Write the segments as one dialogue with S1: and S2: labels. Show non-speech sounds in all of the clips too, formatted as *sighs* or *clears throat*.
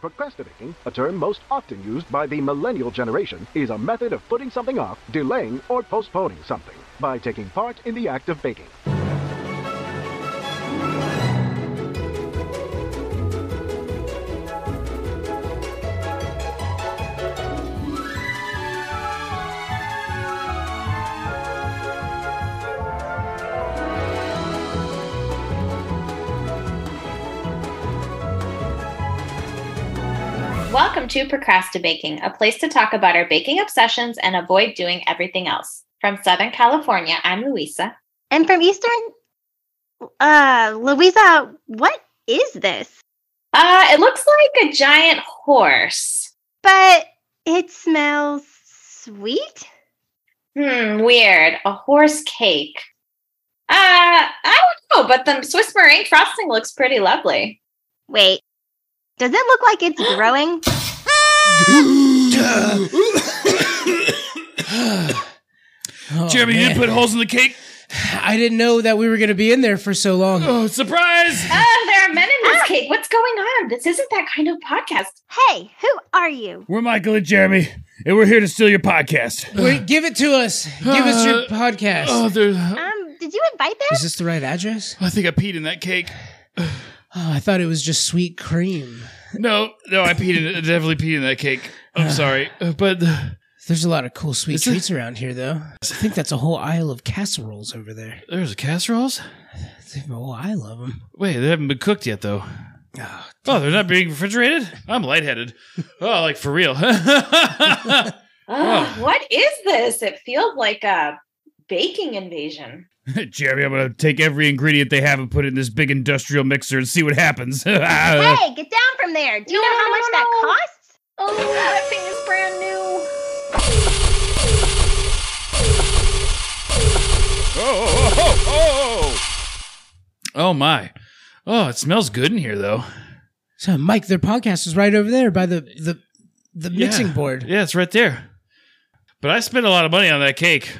S1: Procrastinating, a term most often used by the millennial generation, is a method of putting something off, delaying, or postponing something by taking part in the act of baking.
S2: Welcome to Procrastinating, a place to talk about our baking obsessions and avoid doing everything else. From Southern California, I'm Louisa.
S3: And from Eastern, uh, Louisa, what is this?
S2: Uh, it looks like a giant horse.
S3: But it smells sweet.
S2: Hmm, weird. A horse cake. Uh, I don't know, but the Swiss meringue frosting looks pretty lovely.
S3: Wait, does it look like it's growing?
S4: Oh,
S5: Jeremy, you
S4: man.
S5: didn't put holes in the cake?
S4: I didn't know that we were going to be in there for so long.
S5: Oh, surprise!
S2: Oh, there are men in this cake. What's going on? This isn't that kind of podcast.
S3: Hey, who are you?
S5: We're Michael and Jeremy, and we're here to steal your podcast.
S4: Wait, give it to us. Give us your
S5: Uh,
S4: podcast.
S5: Oh, there.
S3: Um, did you invite them?
S4: Is this the right address?
S5: I think I peed in that cake.
S4: Oh, I thought it was just sweet cream.
S5: No, no, I peed in it. I definitely peed in that cake. *sighs* I'm sorry. Uh, But uh,
S4: There's a lot of cool sweet
S5: Is it-
S4: treats around here, though. I think that's a whole aisle of casseroles over there.
S5: there's casseroles?
S4: They have a whole aisle of them.
S5: Wait, they haven't been cooked yet, though. Oh, they're not being refrigerated? I'm lightheaded. Oh, like for real. *laughs*
S2: Ugh, What is this? It feels like a baking invasion.
S5: Jeremy, I'm going to take every ingredient they have and put it in this big industrial mixer and see what happens. *laughs*
S3: hey, get down from there. Do you
S2: No,
S3: know how
S2: no,
S3: much
S2: no,
S3: that
S2: no.
S3: costs?
S2: Oh, that thing is brand new.
S5: Oh, oh, oh, oh. oh my. Oh, it smells good in here though.
S4: So, Mike, their podcast is right over there by the the, the mixing
S5: Yeah.
S4: board.
S5: Yeah, it's right there. But I spent a lot of money on that cake.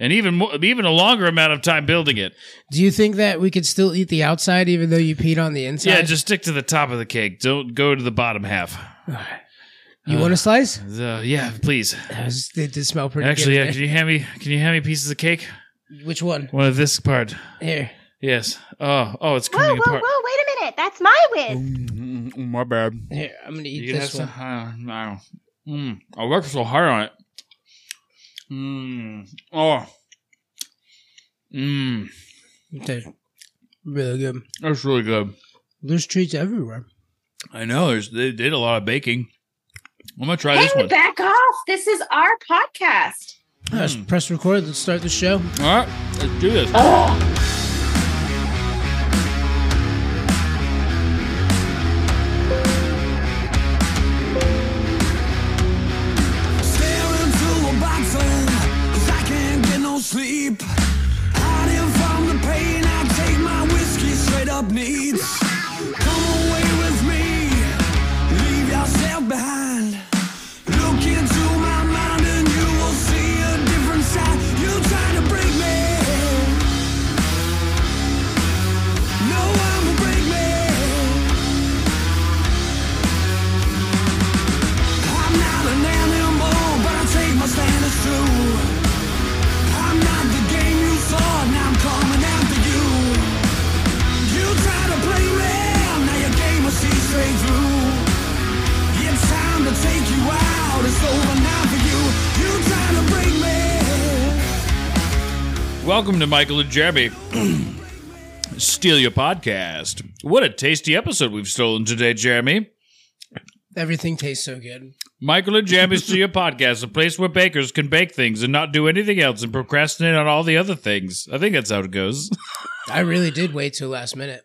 S5: And even more, even a longer amount of time building it.
S4: Do you think that we could still eat the outside even though you peed on the inside?
S5: Yeah, just stick to the top of the cake. Don't go to the bottom half.
S4: You
S5: uh,
S4: want a slice?
S5: The- yeah, please.
S4: It was- It did smell pretty
S5: Actually, yeah,
S4: good.
S5: can you hand me can you hand me pieces of cake?
S4: yeah. Which one?
S5: One of this part.
S4: Here.
S5: Yes. Oh, oh, it's
S3: Whoa,
S5: coming
S3: whoa,
S5: apart.
S3: whoa, wait a minute. That's my whiz.
S5: Mm, mm, mm, My bad.
S4: Here, I'm gonna eat
S5: You
S4: this one.
S5: have some- I don't know. Mm, I worked so hard on it. Mm. Oh. Mm.
S4: Okay. Really good.
S5: That's really good.
S4: There's treats everywhere.
S5: I know. There's, they did a lot of baking. I'm going to try this
S2: Hey,
S5: one.
S2: back off. This is our podcast.
S4: Press,
S5: Hmm.
S4: press record. Let's start the show.
S5: All right. Let's do this.
S6: Staring through a black phone, 'cause I can't get no sleep. Hiding from the pain, I take my whiskey straight up needs. Come away with me, leave yourself behind. Look into my mind and you will see a different side. You try to break me. No one will break me. I'm not an animal, but I take my stand, it's true. I'm not the game you saw, now I'm coming after you. You try to play me, now your game will see straight through. It's time to take you out, it's over now for you. You try to break me.
S5: Welcome to Michael and Jeremy. *clears throat* Steal Your Podcast. What a tasty episode we've stolen today, Jeremy.
S4: Everything tastes so good.
S5: Michael and Jeremy's Steal Your Podcast, a place where bakers can bake things and not do anything else and procrastinate on all the other things. I think that's how it goes. *laughs*
S4: I really did wait till last minute.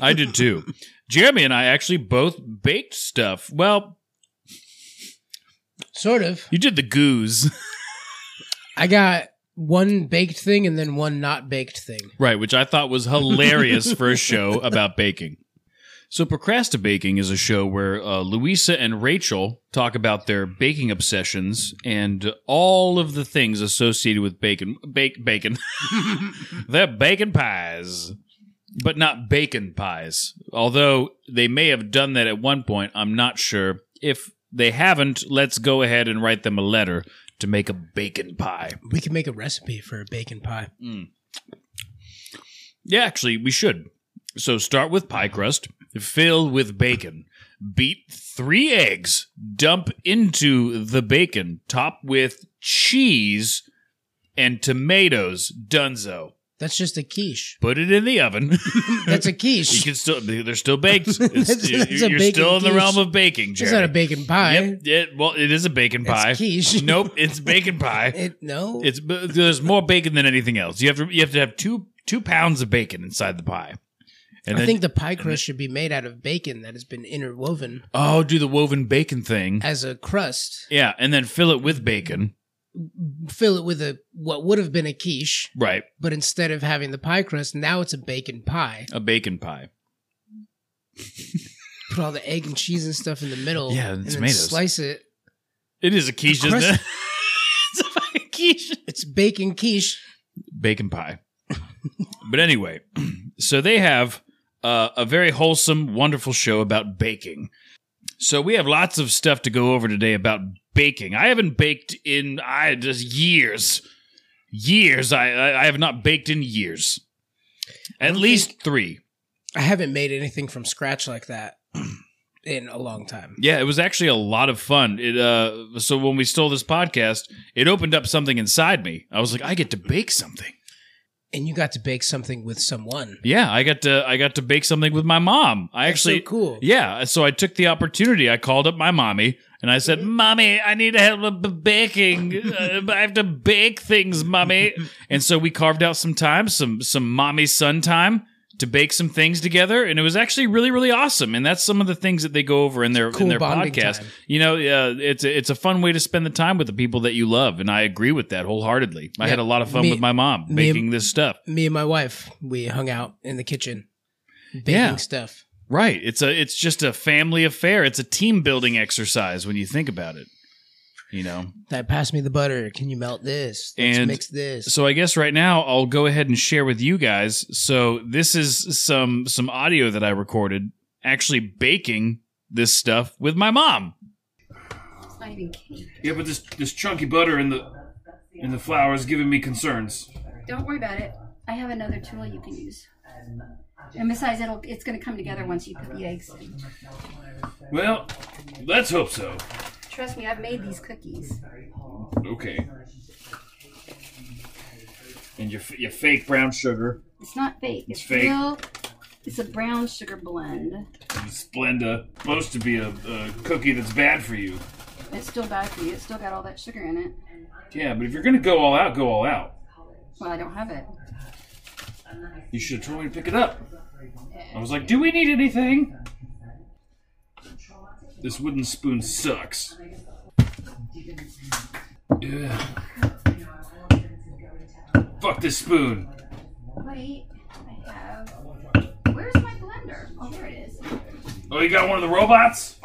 S5: I did too. Jeremy and I actually both baked stuff. Well,
S4: Sort of.
S5: you did the goose,
S4: I got one baked thing and then one not baked thing.
S5: right? Which I thought was hilarious for a show about baking. So, Procrastinating is a show where uh, Louisa and Rachel talk about their baking obsessions and all of the things *laughs* associated with bacon, bake, bacon, their bacon pies. but not bacon pies. Although they may have done that at one point, I'm not sure. If they haven't, let's go ahead and write them a letter to make a bacon pie.
S4: We can make a recipe for a bacon pie.
S5: Yeah, actually, we should. So start with pie crust, fill with bacon, beat three eggs, dump into the bacon, top with cheese and tomatoes. Dunzo.
S4: That's just a quiche.
S5: Put it in the oven.
S4: *laughs*
S5: *laughs*
S4: That's a
S5: You
S4: quiche.
S5: can still they're still
S4: *laughs*
S5: baked. It's,
S4: That's-
S5: you-
S4: that's a
S5: you're
S4: bacon
S5: still in the
S4: quiche.
S5: realm of baking, Jerry.
S4: It's not a bacon pie.
S5: Yep. It, well, it is a bacon
S4: It's
S5: pie.
S4: quiche.
S5: Nope. It's bacon
S4: *laughs*
S5: pie.
S4: It, no.
S5: It's but there's more bacon than anything else. You have to you have to have two two pounds of bacon inside the pie. And
S4: I think the pie crust should be made out of bacon that has been interwoven
S5: oh, do the woven bacon thing.
S4: as a crust.
S5: Yeah, and then fill it with bacon.
S4: Fill it with a what would have been a quiche,
S5: Right,
S4: but instead of having the pie crust, now it's a bacon pie.
S5: a bacon pie.
S4: Put all the egg and cheese and stuff in the middle.
S5: Yeah, and
S4: and then
S5: tomatoes.
S4: slice it.
S5: It is a quiche,
S4: The
S5: isn't it?
S4: crust-
S5: *laughs* it's a fucking quiche.
S4: It's bacon quiche.
S5: bacon pie. but anyway, *clears throat* so they have uh, a very wholesome, wonderful show about baking. So we have lots of stuff to go over today about baking. I haven't baked in I just years, years. I I, I have not baked in years. At least three.
S4: I haven't made anything from scratch like that in a long time.
S5: Yeah, it was actually a lot of fun. It uh, so when we stole this podcast, it opened up something inside me. I was like, I get to bake something.
S4: And you got to bake something with someone.
S5: Yeah, I got to I got to bake something with my mom. I
S4: That's so
S5: actually
S4: cool.
S5: Yeah, so I took the opportunity. I called up my mommy and I said,
S4: Mm-hmm.
S5: "Mommy, I need help with b-
S4: *laughs*
S5: baking. Uh, I have to bake things, mommy." and so we carved out some time, some some mommy son time to bake some things together, and it was actually really really awesome. And that's some of the things that they go over in their
S4: cool
S5: in their
S4: bonding
S5: podcast.
S4: time.
S5: You know, uh, it's a, it's a fun way to spend the time with the people that you love, and I agree with that wholeheartedly. I
S4: Yeah,
S5: had a lot of fun
S4: me-
S5: with my mom
S4: me and-
S5: baking this stuff.
S4: Me and my wife, we hung out in the kitchen baking
S5: Yeah.
S4: stuff.
S5: Right. It's a it's just a family affair. It's a team building exercise when you think about it. You know.
S4: That pass me the butter. Can you melt this? Let's
S5: And
S4: mix this.
S5: So I guess right now I'll go ahead and share with you guys. So this is some some audio that I recorded actually baking this stuff with my mom.
S7: Yeah, but this this chunky butter in the in the flour is giving me concerns.
S8: Don't worry about it. I have another tool you can use. And besides, it'll it's going to come together once you put the eggs in.
S7: Well, let's hope so.
S8: Trust me, I've made these cookies.
S7: Okay. And your f- your fake brown sugar,
S8: It's not fake.
S7: It's
S8: It's,
S7: fake.
S8: real. It's a brown sugar blend.
S7: Splenda, supposed to be a, a cookie that's bad for you.
S8: It's still bad for you. It's still got all that sugar in it.
S7: Yeah, but if you're gonna go all out, go all out.
S8: Well, I don't have it.
S7: You should have told me to pick it up. I was like, do we need anything? This wooden spoon sucks. Ugh. Fuck this spoon.
S8: Wait, I have. Where's my blender? Oh, there it is.
S7: Oh, you got one of the robots?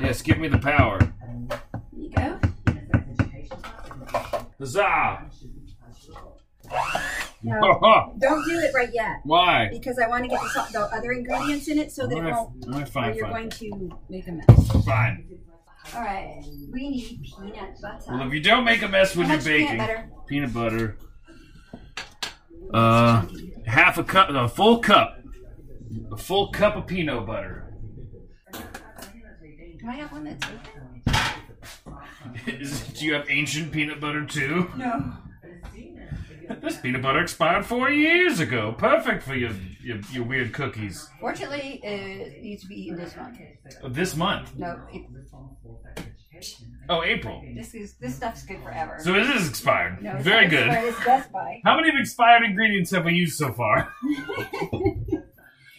S7: Yes, give me the power.
S8: You go.
S7: Huzzah! *laughs*
S8: Don't do it right yet
S7: Why?
S8: because I want to get the, the other ingredients in it so
S7: All right, all right, fine, fine,
S8: to make a mess.
S7: fine.
S8: All right, we need peanut butter.
S7: Well, if you don't make a mess when
S8: How
S7: you're
S8: much peanut
S7: baking,
S8: butter?
S7: peanut butter, uh, *laughs* half a cup, a full cup, a full cup of peanut butter.
S8: Do I have one that's open?
S7: Is, do you have ancient peanut butter too?
S8: No.
S7: This peanut butter expired four years ago. Perfect for your your, your weird cookies.
S8: Fortunately, it needs to be eaten this month.
S7: This month.
S8: No, it,
S7: Oh, April.
S8: this is this stuff's good forever.
S7: So it is expired.
S8: no,
S7: Very
S8: it's
S7: good.
S8: not expired, It's Best Buy. *laughs*
S7: How many of expired ingredients have we used so far? *laughs*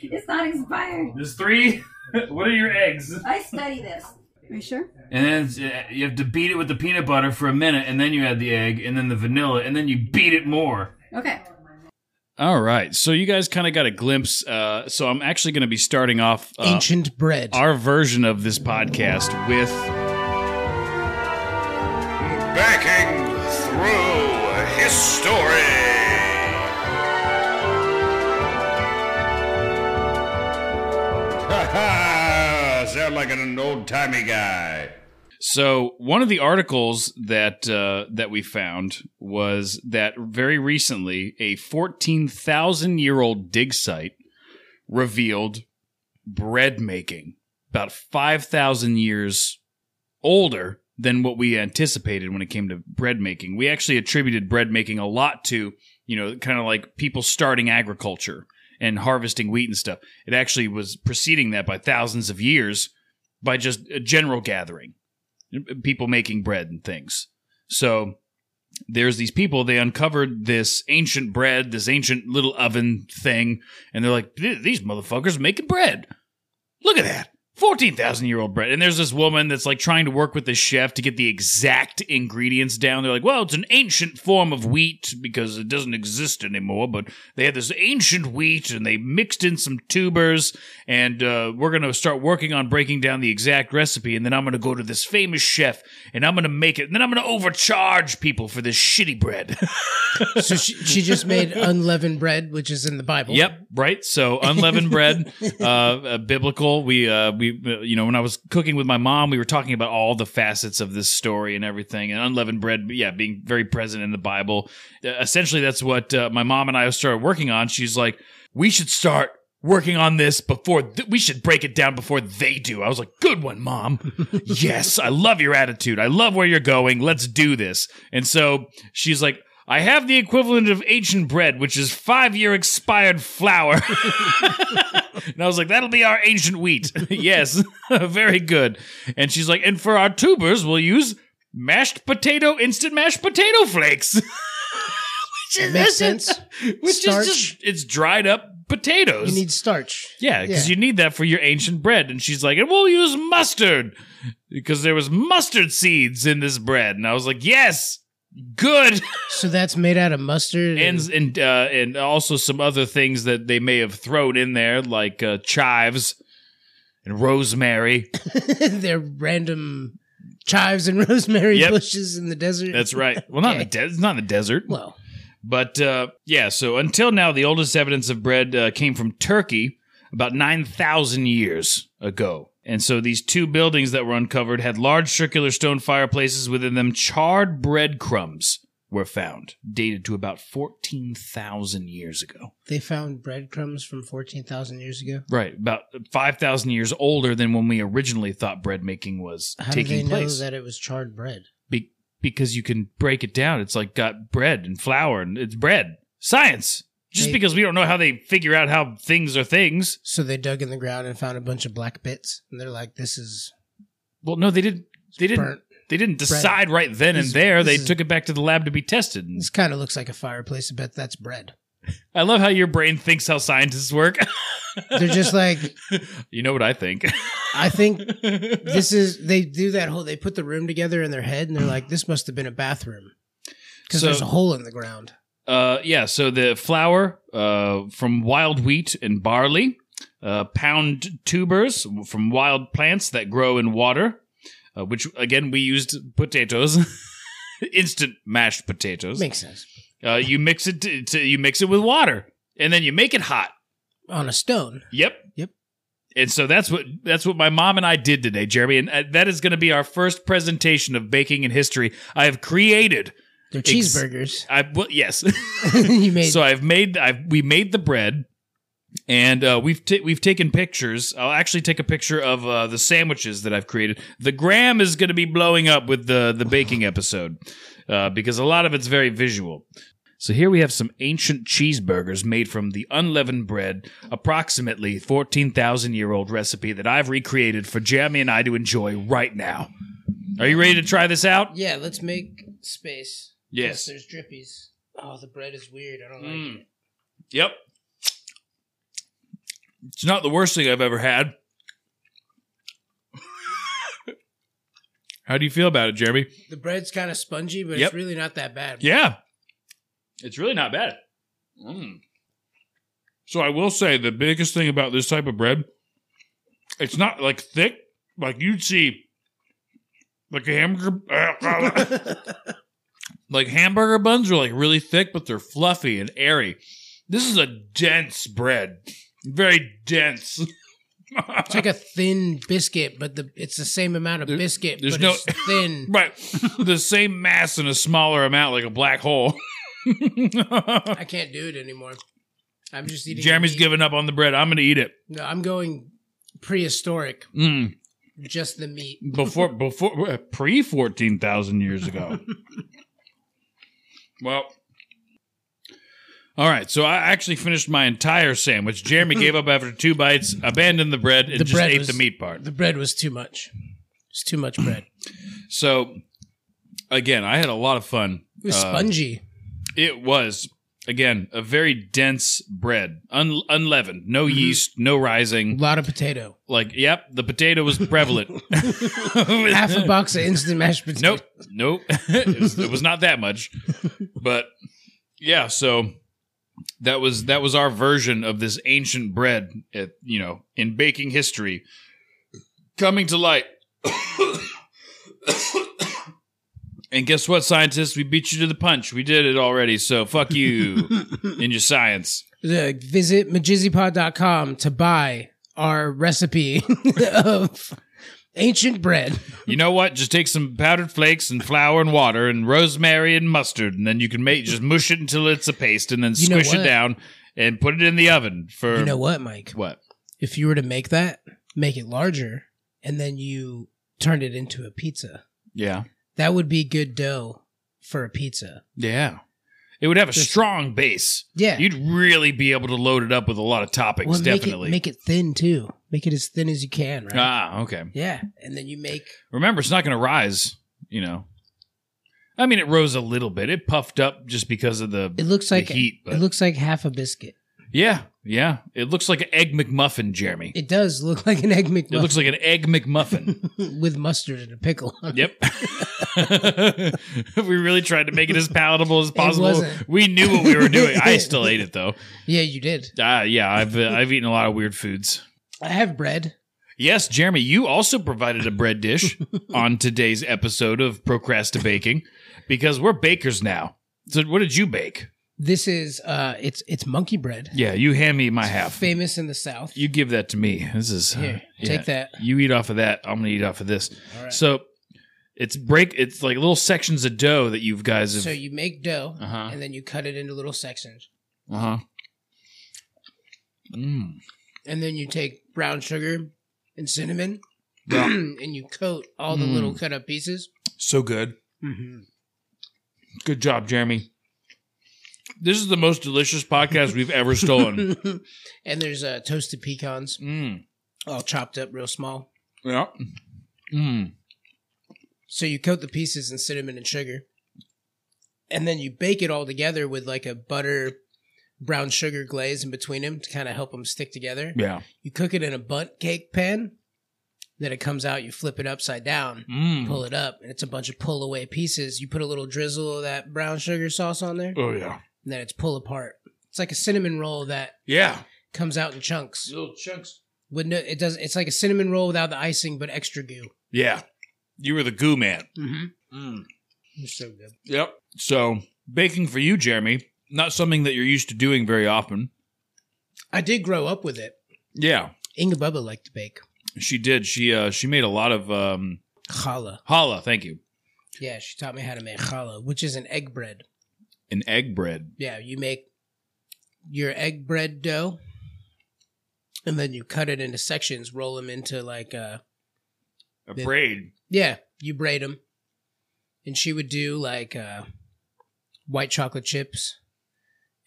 S8: It's not expired.
S7: There's three. *laughs* what are your eggs?
S8: I study this. Are you sure?
S7: And then uh, you have to beat it with the peanut butter for a minute, and then you add the egg, and then the vanilla, and then you beat it more.
S8: Okay.
S5: All right. So you guys kind of got a glimpse uh so I'm actually going to be starting off uh,
S4: Ancient bread.
S5: our version of this podcast with
S9: Backing through history. *laughs* sound like an old timey guy.
S5: So one of the articles that uh, that we found was that very recently a fourteen thousand year old dig site revealed bread making about five thousand years older than what we anticipated when it came to bread making. We actually attributed bread making a lot to you know kind of like people starting agriculture and harvesting wheat and stuff. It actually was preceding that by thousands of years by just a general gathering people making bread and things. So there's these people, they uncovered this ancient bread, this ancient little oven thing, and they're like, "Th- these motherfuckers making bread. Look at that. 14,000 year old bread. And there's this woman that's like trying to work with the chef to get the exact ingredients down. They're like, well, it's an ancient form of wheat because it doesn't exist anymore, but they had this ancient wheat and they mixed in some tubers. And uh, we're going to start working on breaking down the exact recipe. And then I'm going to go to this famous chef and I'm going to make it. And then I'm going to overcharge people for this shitty bread. *laughs*
S4: So she, she just made unleavened bread, which is in the Bible.
S5: Yep, right. So unleavened bread, uh, uh, biblical. We uh, we uh, you know when I was cooking with my mom, we were talking about all the facets of this story and everything. And unleavened bread, yeah, being very present in the Bible. Uh, essentially, that's what uh, my mom and I started working on. She's like, we should start working on this before th- we should break it down before they do. I was like, good one, mom.
S4: *laughs*
S5: yes, I love your attitude. I love where you're going. Let's do this. And so she's like. I have the equivalent of ancient bread, which is five year expired
S4: *laughs*
S5: flour. and I was like, that'll be our ancient wheat. *laughs* yes, very good. And she's like, and for our tubers, we'll use mashed potato, instant mashed potato flakes. *laughs* which
S4: That makes sense.
S5: Which
S4: Starch.
S5: is just, it's dried up potatoes.
S4: You need starch.
S5: Yeah, because
S4: Yeah.
S5: you need that for your ancient bread. And she's like, and we'll use mustard because there was mustard seeds in this bread. And I was like, yes,
S4: *laughs*
S5: good.
S4: So that's made out of mustard.
S5: and and uh, and also some other things that they may have thrown in there, like uh, chives and rosemary.
S4: *laughs* and their random chives and *laughs* rosemary
S5: Yep.
S4: bushes in the desert.
S5: That's right. Well, not in the de- it's not in the desert.
S4: Well,
S5: But uh, yeah, so until now, the oldest evidence of bread uh, came from Turkey about 9,000 years ago. And so these two buildings that were uncovered had large circular stone fireplaces within them. Charred breadcrumbs were found, dated to about 14,000 years ago.
S4: they found breadcrumbs from 14,000 years ago.
S5: Right, about 5,000 years older than when we originally thought bread making was
S4: How do
S5: taking
S4: they
S5: place.
S4: know that it was charred bread?
S5: Be- because you can break it down. It's like got bread and flour and it's bread. Science. Just
S4: They-
S5: because we don't know how they figure out how things are things.
S4: So they dug in the ground and found a bunch of black bits, and they're like, "This is
S5: Well, no, they didn't. They didn't.
S4: burnt.
S5: They didn't decide right then and
S4: This-
S5: there. They
S4: this is-
S5: took it back to the lab to be tested. And
S4: This kind of looks like a fireplace. I bet that's bread."
S5: I love how your brain thinks how scientists work. *laughs*
S4: They're just like,
S5: you know what I think.
S4: "I
S5: *laughs*
S4: think this is." They do that whole. They put the room together in their head, and they're like, "This must have been a bathroom." Because
S5: So-
S4: there's a hole in the ground.
S5: Uh, yeah. So the flour uh, from wild wheat and barley, uh, pound tubers from wild plants that grow in water, uh, which again we used potatoes, *laughs* instant mashed potatoes.
S4: Makes sense.
S5: Uh, you mix it. To, to- you mix it with water, and then you make it hot.
S4: On a stone.
S5: Yep.
S4: Yep.
S5: And so that's what that's what my mom and I did today, Jeremy, and uh, that is going to be our first presentation of baking in history. I have created.
S4: They're
S5: Ex-
S4: cheeseburgers. *laughs*
S5: I well, yes. *laughs*
S4: you made
S5: so I've made I've we made the bread, and uh, we've ta- we've taken pictures. I'll actually take a picture of uh, the sandwiches that I've created. The gram is going to be blowing up with the the baking episode uh, because a lot of it's very visual. So here we have some ancient cheeseburgers made from the unleavened bread, approximately fourteen thousand year old recipe that I've recreated for Jeremy and I to enjoy right now. Are you ready to try this out?
S4: Yeah, let's make space.
S5: Yes.
S4: There's drippies. Oh, the bread is weird. I don't like
S5: Mm.
S4: it.
S5: Yep. It's not the worst thing I've ever had. How do you feel about it, Jeremy?
S4: The bread's kind of spongy, but
S5: Yep.
S4: it's really not that bad.
S5: Yeah. It's really not bad. Mm. So I will say the biggest thing about this type of bread, it's not like thick, like you'd see like a hamburger like hamburger buns are like really thick, but they're fluffy and airy. This is a dense *laughs* bread. Very dense.
S4: It's like a thin biscuit, but the it's the same amount of
S5: There-
S4: biscuit,
S5: there's
S4: but
S5: no-
S4: it's
S5: *laughs*
S4: thin.
S5: Right. the same mass in a smaller amount, like a black
S4: *laughs*
S5: hole.
S4: I can't do it anymore. I'm just eating.
S5: Jeremy's
S4: meat.
S5: giving up on the bread. I'm going to eat it.
S4: No, I'm going prehistoric,
S5: Mm.
S4: just the meat.
S5: Before, before, pre 14,000 years ago. well, all right. So I actually finished my entire sandwich. Jeremy gave up after two bites, abandoned the bread, and
S4: The
S5: just
S4: bread
S5: ate
S4: was-
S5: the meat part.
S4: The bread was too much. It's too much bread.
S5: So again, I had a lot of fun.
S4: It was
S5: Uh,
S4: spongy.
S5: It was again a very dense bread, un- unleavened, no
S4: Mm-hmm.
S5: yeast, no
S4: A
S5: rising.
S4: lot
S5: *laughs*
S4: of potato.
S5: Like, yep, the potato was prevalent. *laughs*
S4: Half a box of instant mashed potatoes.
S5: Nope, nope. *laughs* it, was, it was not that much, but yeah. So that was that was our version of this ancient bread, at, you know, in baking history, coming to light. *coughs* and guess what, scientists? We beat you to the punch. We did it already. So fuck you and your science.
S4: Look, visit majizzypod.com to buy our recipe *laughs* of ancient bread.
S5: You know what? Just take some powdered flakes and flour and water and rosemary and mustard, and then you can make just mush it until it's a paste, and then
S4: You know
S5: squish it
S4: what?
S5: down and put it in the oven for
S4: You know what, Mike?
S5: what?
S4: If you were to make that, make it larger, and then you turned it into a pizza,
S5: Yeah,
S4: that would be good dough for a pizza.
S5: yeah. It would have a
S4: Just-
S5: strong base.
S4: Yeah.
S5: You'd really be able to load it up with a lot of toppings.
S4: Well, make
S5: definitely.
S4: It, make it thin too. Make it as thin as you can, right?
S5: ah, okay.
S4: yeah. And then you make
S5: Remember, it's not going to rise. You know. I mean, it rose a little bit. It puffed up just because of the.
S4: it looks like
S5: heat, but-
S4: it looks like half a biscuit.
S5: yeah, yeah. It looks like an egg McMuffin, Jeremy.
S4: It does look *laughs* like an egg
S5: It
S4: McMuffin
S5: looks like an egg
S4: *laughs*
S5: McMuffin.
S4: with mustard and a pickle on it.
S5: Yep. *laughs* we really tried to make it as palatable as possible.
S4: wasn't.
S5: We knew what
S4: *laughs*
S5: we were doing. I still ate it though.
S4: *laughs* Yeah, you did.
S5: Uh, yeah, I've uh, I've eaten a lot of weird foods.
S4: I have bread.
S5: Yes, Jeremy, you also provided a bread *laughs* dish on today's episode of Procrastinating because we're bakers now. So what did you bake?
S4: This is uh it's it's monkey bread.
S5: Yeah, you hand me my half.
S4: Famous in the South.
S5: You give that to me. This is uh,
S4: Here,
S5: yeah.
S4: take that.
S5: You eat off of that. I'm gonna eat off of this.
S4: All right. So,
S5: So it's break. It's like little sections of dough that you guys have.
S4: you make dough
S5: Uh-huh.
S4: and then you cut it into little sections.
S5: uh huh. Mm.
S4: And then you take brown sugar and cinnamon *clears throat*
S5: Yeah.
S4: and you coat all the
S5: Mm.
S4: little cut up pieces. *laughs*
S5: So good.
S4: Mm-hmm.
S5: Good job, Jeremy. This is the most delicious podcast we've ever *laughs* stolen.
S4: and there's uh, toasted pecans,
S5: mm.
S4: all chopped up real small.
S5: Yeah. Mm.
S4: So you coat the pieces in cinnamon and sugar, and then you bake it all together with like a butter, brown sugar glaze in between them to kind of help them stick together.
S5: Yeah.
S4: You cook it in a bunt cake pan. Then it comes out. You flip it upside down,
S5: Mm.
S4: pull it up, and it's a bunch of pull away pieces. You put a little drizzle of that brown sugar sauce on there, and
S5: Oh yeah.
S4: then it's pull apart. It's like a cinnamon roll that
S5: Yeah.
S4: comes out in chunks.
S5: Little chunks.
S4: With no, it does. It's like a cinnamon roll without the icing, but extra goo.
S5: Yeah. You were the goo man.
S4: Mm-hmm.
S5: Mm.
S4: It's so good.
S5: Yep. So baking for you, Jeremy, not something that you're used to doing very often.
S4: I did grow up with it.
S5: Yeah.
S4: Inga Bubba liked to bake.
S5: She did. She uh she made a lot of um
S4: Challah.
S5: challah, thank you.
S4: Yeah, she taught me how to make challah, which is an egg bread.
S5: An egg bread.
S4: Yeah, you make your egg bread dough, and then you cut it into sections, roll them into like uh
S5: A
S4: Yeah.
S5: braid.
S4: yeah, you braid them. And she would do like uh white chocolate chips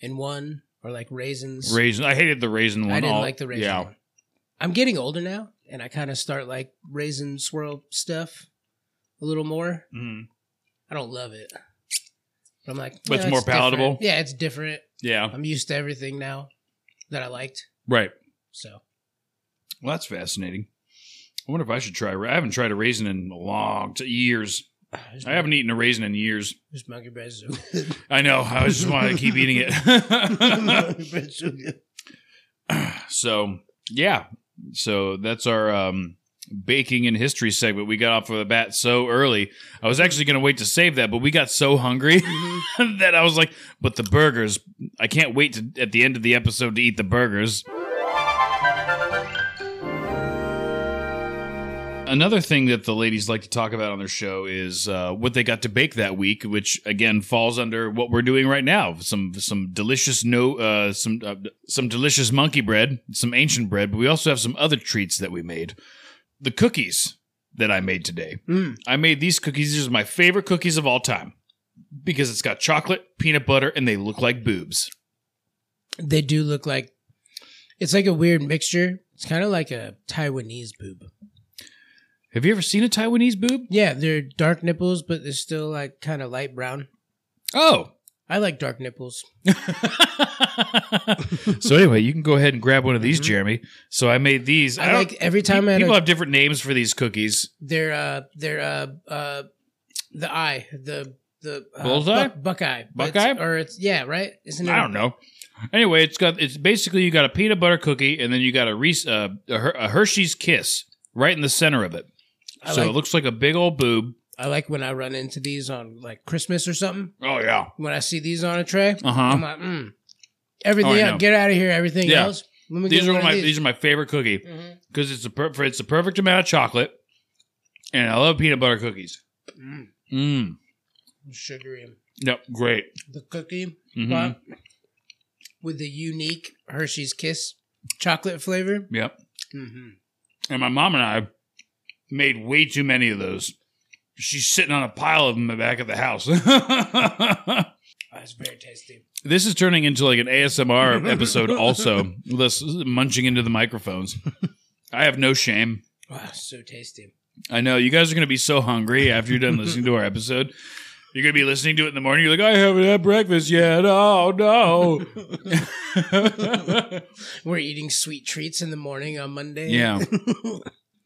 S4: in one, or like raisins.
S5: Raisin. I hated the raisin one.
S4: I didn't
S5: all-
S4: like the raisin
S5: Yeah.
S4: one. I'm getting older now, and I kind of start like raisin swirl stuff a little more.
S5: Mm.
S4: I don't love it. But I'm like,
S5: But it's
S4: "No,
S5: more
S4: different."
S5: palatable?
S4: Yeah, it's different.
S5: Yeah.
S4: I'm used to everything now that I liked.
S5: Right.
S4: So
S5: Well, that's fascinating. I wonder if I should try. ra- I haven't tried a raisin in a long t- years. I haven't eaten a raisin in years.
S4: This monkey bread
S5: *laughs*
S4: is so good.
S5: I know. I just want
S4: *laughs*
S5: to keep eating it. *laughs*
S4: Monkey bread's so good.
S5: so yeah. So that's our um, baking and history segment. We got off of the bat so early. I was actually going to wait to save that, but we got so hungry *laughs*
S4: Mm-hmm.
S5: that I was like, "But the burgers! I can't wait to at the end of the episode to eat the burgers." Another thing that the ladies like to talk about on their show is uh, what they got to bake that week, which again falls under what we're doing right now. Some some delicious no uh, some uh, some delicious monkey bread, some ancient bread, but we also have some other treats that we made. The cookies that I made today.
S4: Mm.
S5: I made these cookies. These are my favorite cookies of all time because it's got chocolate, peanut butter, and they look like boobs.
S4: *laughs* They do look like it's like a weird mixture. It's kind of like a Taiwanese boob.
S5: Have you ever seen a Taiwanese boob?
S4: Yeah, they're dark nipples, but they're still like kind of light brown.
S5: Oh,
S4: I like dark nipples.
S5: *laughs* so anyway, you can go ahead and grab one of these, Jeremy. So I made these.
S4: I, like every time I had
S5: people
S4: a,
S5: have different names for these cookies.
S4: their uh their uh uh the eye the the uh,
S5: Bullseye?
S4: buck, buckeye But
S5: Buckeye?
S4: it's, or it's yeah right isn't it
S5: I don't know. Anyway, it's got it's basically you got a peanut butter cookie and then you got a Reese uh, a, Her- a Hershey's kiss right in the center of it.
S4: I
S5: so
S4: like-
S5: it looks like a big old boob.
S4: I like when I run into these on like Christmas or something
S5: Oh yeah.
S4: when I see these on a tray
S5: Uh
S4: I'm
S5: huh.
S4: like mm, everything
S5: Oh, I know.
S4: else, get out of here everything
S5: Yeah.
S4: else let me
S5: These
S4: get
S5: are
S4: one of
S5: my these are my favorite cookie
S4: Mhm.
S5: because it's the per- it's the perfect amount of chocolate, and I love peanut butter cookies.
S4: Mm,
S5: Mmm.
S4: sugary
S5: Yep. Great.
S4: the cookie
S5: Mhm.
S4: but with the unique Hershey's Kiss chocolate flavor
S5: Yep.
S4: mm-hmm.
S5: And my mom and I made way too many of those. She's sitting on a pile of them in the back of the house. *laughs*
S4: that's Oh, very tasty
S5: this is turning into like an *laughs* ASMR episode, also. This is munching into the microphones. *laughs* I have no shame.
S4: wow Oh, so tasty
S5: I know you guys are going to be so hungry after you're done listening to our episode. You're going to be listening to it in the morning. You're like, I haven't had breakfast yet. Oh, *laughs* no.
S4: We're eating sweet treats in the morning on Monday.
S5: Yeah.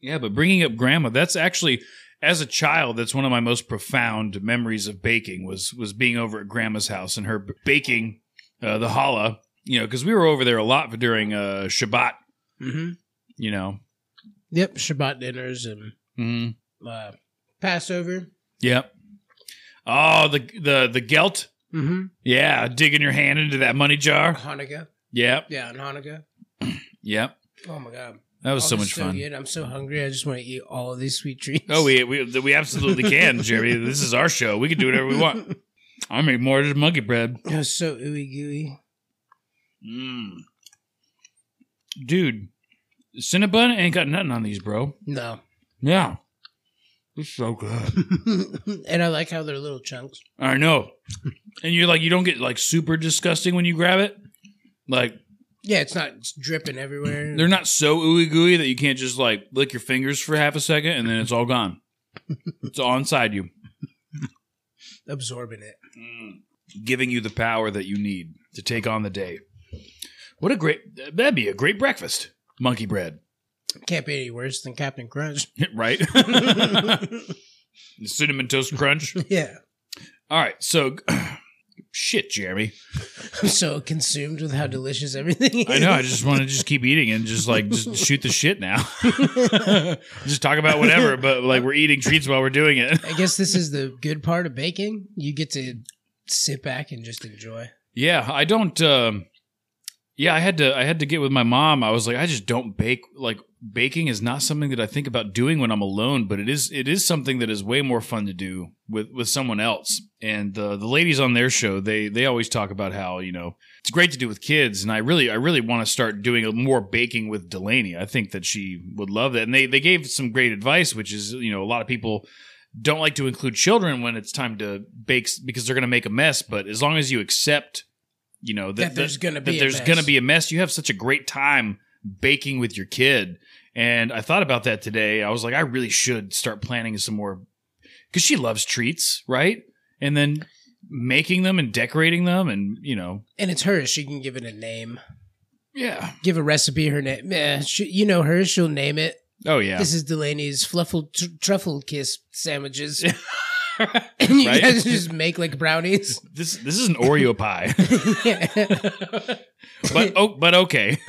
S5: yeah, but bringing up grandma, that's actually as a child, that's one of my most profound memories of baking was was being over at grandma's house and her b- baking uh, the challah, you know, cuz we were over there a lot during uh Shabbat,
S4: hmm
S5: you know.
S4: Yep. Shabbat dinners and
S5: Mhm.
S4: uh, Passover.
S5: Yep. Oh, the the the gelt.
S4: Mm-hmm.
S5: Yeah, digging your hand into that money jar.
S4: Hanukkah.
S5: Yep.
S4: Yeah, and Hanukkah.
S5: Yep.
S4: Oh my God.
S5: That was
S4: All
S5: so
S4: this
S5: much
S4: is
S5: fun.
S4: Good. I'm so hungry. I just want to eat all of these sweet treats.
S5: Oh, we, we we absolutely can, Jeremy. This is our show. We can do whatever we want. I make more of this monkey bread.
S4: It was so ooey gooey.
S5: Mm. Dude, Cinnabon ain't got nothing on these, bro.
S4: No.
S5: Yeah. It's so good. *laughs*
S4: *laughs* and I like how they're little chunks.
S5: I know. And you're like, you don't get like super disgusting when you grab it. Like,
S4: Yeah, it's not it's dripping everywhere.
S5: they're not so ooey gooey that you can't just like lick your fingers for half a second and then it's all *laughs* gone. it's all inside you,
S4: absorbing it.
S5: giving you the power that you need to take on the day. What a great, that'd be a great breakfast. Monkey bread. *laughs*
S4: Can't be any worse than Captain Crunch.
S5: right? Cinnamon toast crunch.
S4: Yeah.
S5: All right, so *clears throat* shit, Jeremy.
S4: I'm so consumed with how delicious everything is.
S5: I know. I just want to just keep eating and just like just shoot the shit now. *laughs* just talk about whatever, but like we're eating treats while we're doing it. *laughs*
S4: I guess this is the good part of baking. You get to sit back and just enjoy.
S5: Yeah, I don't. Um, yeah, I had to. I had to get with my mom. I was like, I just don't bake. Like baking is not something that I think about doing when I'm alone, but it is. It is something that is way more fun to do with with someone else. And uh, the ladies on their show, they they always talk about how you know it's great to do with kids, and I really I really want to start doing more baking with Delaney. I think that she would love that. And they they gave some great advice, which is you know a lot of people don't like to include children when it's time to bake s- because they're going to make a mess. But as long as you accept, you know that,
S4: That there's gonna
S5: that
S4: be a
S5: there's
S4: mess.
S5: going to be a mess, you have such a great time baking with your kid. And I thought about that today. I was like, I really should start planning some more because she loves treats, right? And then making them and decorating them, and you know,
S4: And it's hers. She can give it a name.
S5: yeah,
S4: Give a recipe her name. Eh, she, you know her. She'll name it.
S5: oh yeah,
S4: This is Delaney's Fluffle tr- Truffle Kiss
S5: *laughs*
S4: sandwiches. and you
S5: right.
S4: guys just make like brownies. *laughs*
S5: This this is an Oreo pie, *laughs*
S4: Yeah.
S5: but oh, but okay.
S4: *laughs*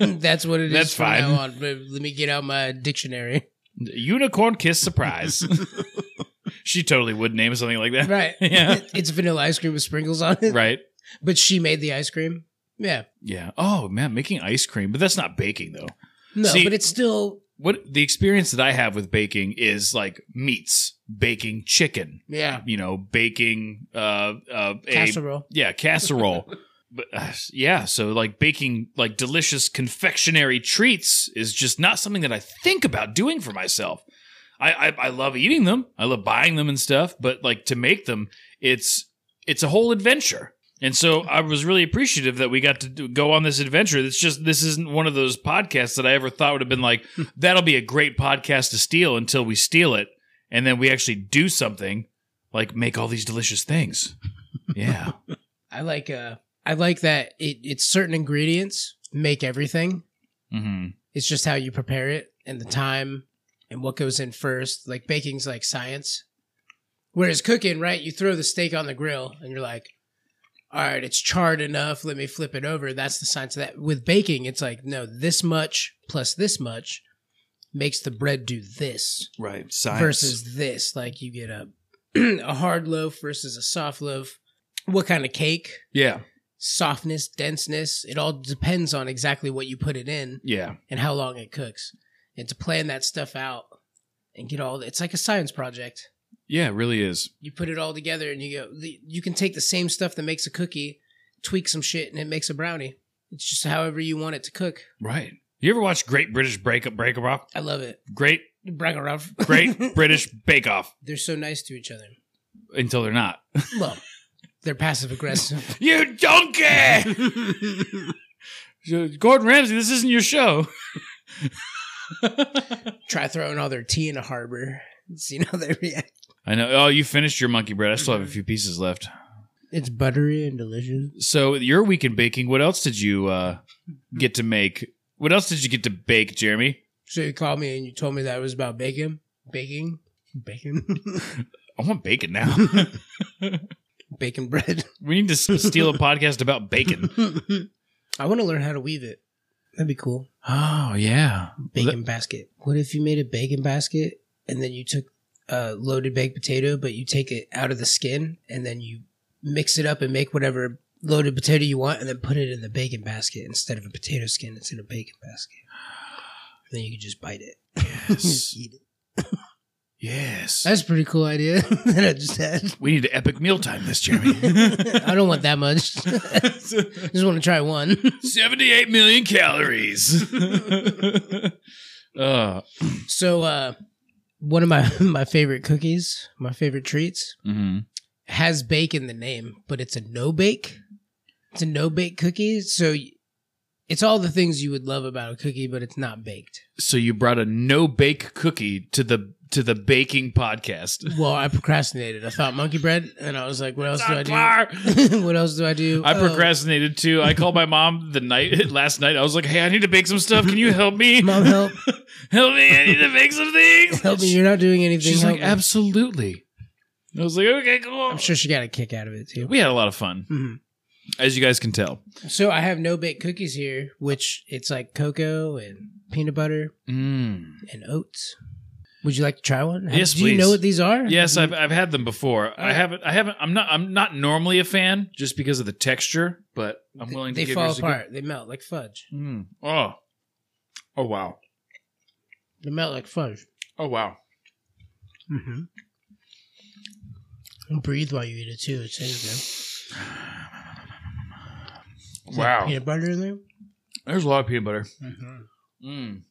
S4: That's what it is.
S5: That's
S4: from
S5: fine.
S4: now on. But Let me get out my dictionary.
S5: Unicorn kiss
S4: *laughs*
S5: surprise. she totally would name it something like that.
S4: Right.
S5: Yeah.
S4: It's vanilla ice cream with sprinkles on it.
S5: Right.
S4: But she made the ice cream. Yeah.
S5: Yeah. Oh man, making ice cream, but that's not baking though.
S4: No,
S5: See-
S4: but it's still
S5: what the experience that I have with baking is like meats, baking chicken,
S4: Yeah.
S5: you know, baking uh, uh, a
S4: Casserole.
S5: yeah, casserole. but uh, yeah, so like baking like delicious confectionery treats is just not something that I think about doing for myself. I, I I love eating them. I love buying them and stuff, but like to make them, it's it's a whole adventure. And so I was really appreciative that we got to do, go on this adventure. It's just this isn't one of those podcasts that I ever thought would have been like that'll be a great podcast to steal until we steal it and then we actually do something like make all these delicious things. Yeah.
S4: I like uh I like that it, it's certain ingredients make everything.
S5: mm-hmm.
S4: It's just how you prepare it and the time and what goes in first. Like baking's like science. Whereas cooking, right, you throw the steak on the grill and you're like, all right, it's charred enough. Let me flip it over. That's the science of that. With baking, it's like, no, this much plus this much makes the bread do this
S5: Right. Science.
S4: versus this. Like you get a, *clears throat* a hard loaf versus a soft loaf. What kind of cake?
S5: Yeah.
S4: softness, denseness. It all depends on exactly what you put it in
S5: Yeah.
S4: and how long it cooks. And to plan that stuff out and get all it's like a science project.
S5: Yeah, it really is.
S4: You put it all together and you go you can take the same stuff that makes a cookie, tweak some shit and it makes a brownie. It's just however you want it to cook.
S5: Right. You ever watch Great British Break Up Break Off?
S4: I love it.
S5: Great
S4: Brag around.
S5: *laughs* Great British Bake Off
S4: *laughs* They're so nice to each other.
S5: until they're *laughs* not.
S4: Well, they're
S5: *laughs*
S4: passive aggressive.
S5: You *laughs* donkey! Gordon Ramsay, this isn't your show.
S4: Try throwing all their tea in a harbor. See how they react.
S5: I know. Oh, you finished your monkey bread. I still have a few pieces left.
S4: It's buttery and delicious.
S5: So, your week in baking, what else did you uh, get to make? What else did you get to bake, Jeremy? *laughs*
S4: So you called me and you told me that it was about bacon, baking, bacon, *laughs*
S5: I want bacon now. *laughs*
S4: bacon bread.
S5: we need to s- steal a podcast about bacon.
S4: *laughs* I want to learn how to weave it. That'd be cool.
S5: *laughs* Oh, yeah.
S4: Bacon basket. What if you made a bacon basket and then you took a loaded baked potato, but you take it out of the skin and then you mix it up and make whatever loaded potato you want, and then put it in the bacon basket instead of a potato skin. It's in a bacon basket. Then you can just bite it. *laughs*
S5: Yes.
S4: Eat it.
S5: yes.
S4: That's a pretty cool idea *laughs* that I just had.
S5: We need an epic mealtime this,
S4: *laughs*
S5: Jeremy.
S4: I don't want that much. *laughs* just want to try one. *laughs*
S5: 78 million calories. uh,
S4: So uh one of my *laughs* my favorite cookies, my favorite treats
S5: mhm.
S4: has bake in the name, but it's a no bake. It's a no bake cookie, so y- it's all the things you would love about a cookie, but it's not baked.
S5: So you brought a no bake cookie to the to the baking podcast.
S4: Well, I procrastinated. I thought monkey bread, and I was like, "What else do I
S5: Not far.
S4: *laughs* do? what else do I do?"
S5: I
S4: Oh,
S5: procrastinated too. I called my mom the night *laughs* last night. I was like, "Hey, I need to bake some stuff. Can you help me?
S4: Mom, help!
S5: help me! I need to bake some things."
S4: *laughs* Help me! You're not doing anything.
S5: She's like,
S4: help me.
S5: "Absolutely." I was like, "Okay, cool."
S4: I'm sure she got a kick out of it too.
S5: We had a lot of fun,
S4: Mhm.
S5: as you guys can tell.
S4: So I have no bake cookies here, which it's like cocoa and peanut butter,
S5: Mm.
S4: and oats. Would you like to try one?
S5: Yes,
S4: Do you know
S5: please.
S4: what these are?
S5: Yes, I've I've had them before. I haven't I haven't I'm not I'm not normally a fan just because of the texture, but I'm
S4: They-
S5: willing
S4: They
S5: to give
S4: fall
S5: yours
S4: apart. They melt like fudge.
S5: a go. Mm. Oh. Oh wow.
S4: They melt like fudge.
S5: Oh wow.
S4: Mm-hmm. breathe while you eat it too. It's in there. Is there
S5: Wow.
S4: Peanut butter in there.
S5: There's a lot of peanut butter.
S4: Mm-hmm.
S5: Mm.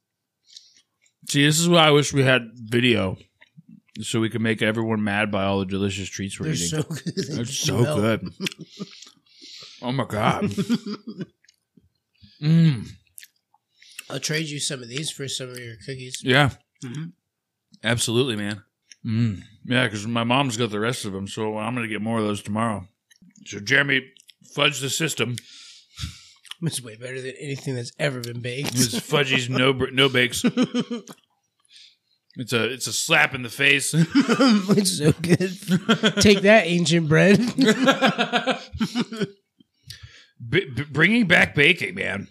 S5: See, this is why I wish we had video so we could make everyone mad by all the delicious treats we're
S4: They're
S5: eating.
S4: so *laughs* good. They
S5: That's
S4: just
S5: so
S4: melt.
S5: good. oh my
S4: *laughs*
S5: god. mm.
S4: I'll trade you some of these for some of your cookies. *laughs*
S5: Yeah.
S4: Mhm.
S5: Absolutely, man. Mm. Yeah, because my mom's got the rest of them, so I'm going to get more of those tomorrow. So, Jeremy, fudge the system.
S4: It's way better than anything that's ever been baked. *laughs*
S5: It's fudgies, no br- no bakes. It's a it's a slap in the face.
S4: *laughs* it's so good.
S5: *laughs*
S4: Take that, ancient bread. *laughs*
S5: B- b- bringing back baking, man.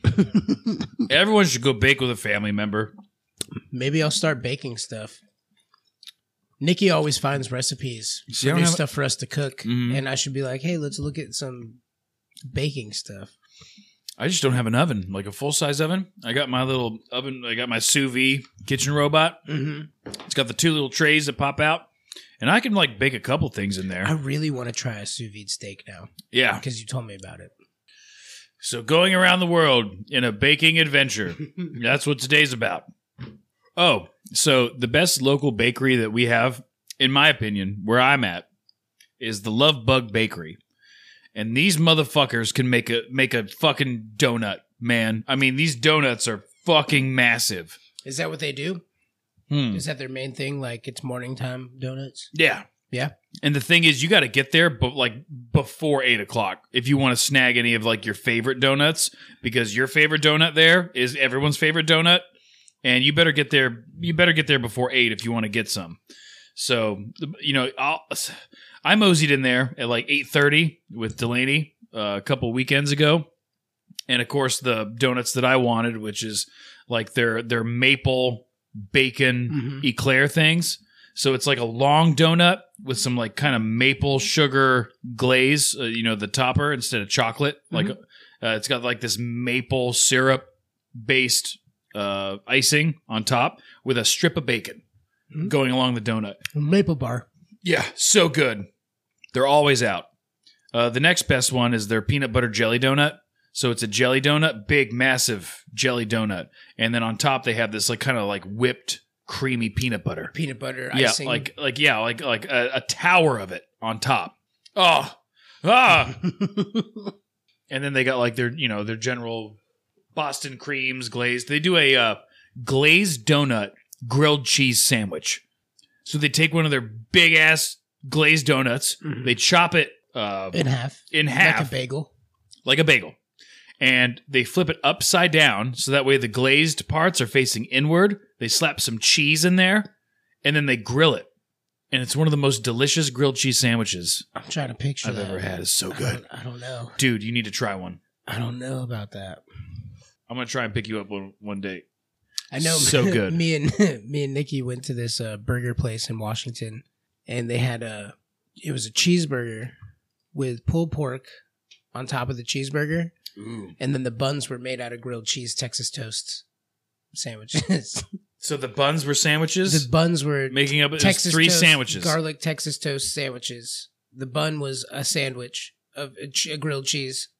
S5: Everyone should go bake with a family member.
S4: Maybe I'll start baking stuff. Nikki always finds recipes
S5: See, I
S4: for
S5: don't
S4: new
S5: have-
S4: stuff for us to cook,
S5: Mhm.
S4: and I should be like, "Hey, let's look at some baking stuff."
S5: I just don't have an oven, like a full size oven. I got my little oven. I got my sous vide kitchen robot.
S4: Mm-hmm.
S5: It's got the two little trays that pop out, and I can like bake a couple things in there.
S4: I really want to try a sous vide steak now
S5: yeah.
S4: because you told me about it.
S5: So going around the world in a baking
S4: *laughs*
S5: adventure. That's what today's about. Oh, so the best local bakery that we have, in my opinion, where I'm at, is the Love Bug Bakery. And these motherfuckers can make a make a fucking donut, man. I mean, these donuts are fucking massive.
S4: Is that what they do?
S5: Hmm.
S4: Is that their main thing? Like it's morning time donuts.
S5: Yeah.
S4: Yeah.
S5: And the thing is, you got to get there, but like before eight o'clock, if you want to snag any of like your favorite donuts, because your favorite donut there is everyone's favorite donut, and you better get there. You better get there before eight if you want to get some. So you know, I'll, I moseyed in there at like eight thirty with Delaney uh, a couple weekends ago, and of course the donuts that I wanted, which is like their their maple bacon
S4: Mhm.
S5: eclair things. So it's like a long donut with some like kind of maple sugar glaze, uh, you know, the topper instead of chocolate. Like uh, it's got like this maple syrup based uh, icing on top with a strip of bacon
S4: Mhm.
S5: going along the donut.
S4: Maple bar.
S5: Yeah, so good. They're always out. Uh, the next best one is their peanut butter jelly donut. So it's a jelly donut, big, massive jelly donut, and then on top they have this like kind of like whipped, creamy peanut butter.
S4: Peanut butter
S5: yeah,
S4: icing.
S5: like like yeah, like like a, a tower of it on top. Oh, ah. *laughs* and then they got like their you know their general Boston creams glazed. They do a uh, glazed donut grilled cheese sandwich. So they take one of their big ass glazed donuts,
S4: Mhm.
S5: they chop it uh,
S4: in half.
S5: in half
S4: Like a bagel.
S5: like a bagel. And they flip it upside down so that way the glazed parts are facing inward. They slap some cheese in there and then they grill it. And it's one of the most delicious grilled cheese sandwiches
S4: I'm trying to picture
S5: I've
S4: that.
S5: ever had. It's so
S4: I
S5: good.
S4: don't- I don't know.
S5: Dude, you need to try one.
S4: I don't know about that.
S5: I'm going to try and pick you up one, one day.
S4: I know. *laughs*
S5: So good.
S4: me and *laughs* me and Nikki went to this uh, burger place in Washington, and they had a it was a cheeseburger with pulled pork on top of the cheeseburger, and then the buns were made out of grilled cheese Texas toast sandwiches.
S5: So the buns were sandwiches?
S4: *laughs* the buns were
S5: making up it was
S4: Texas
S5: three
S4: toast,
S5: sandwiches.
S4: garlic Texas toast sandwiches. The bun was a sandwich of a, ch- a grilled cheese,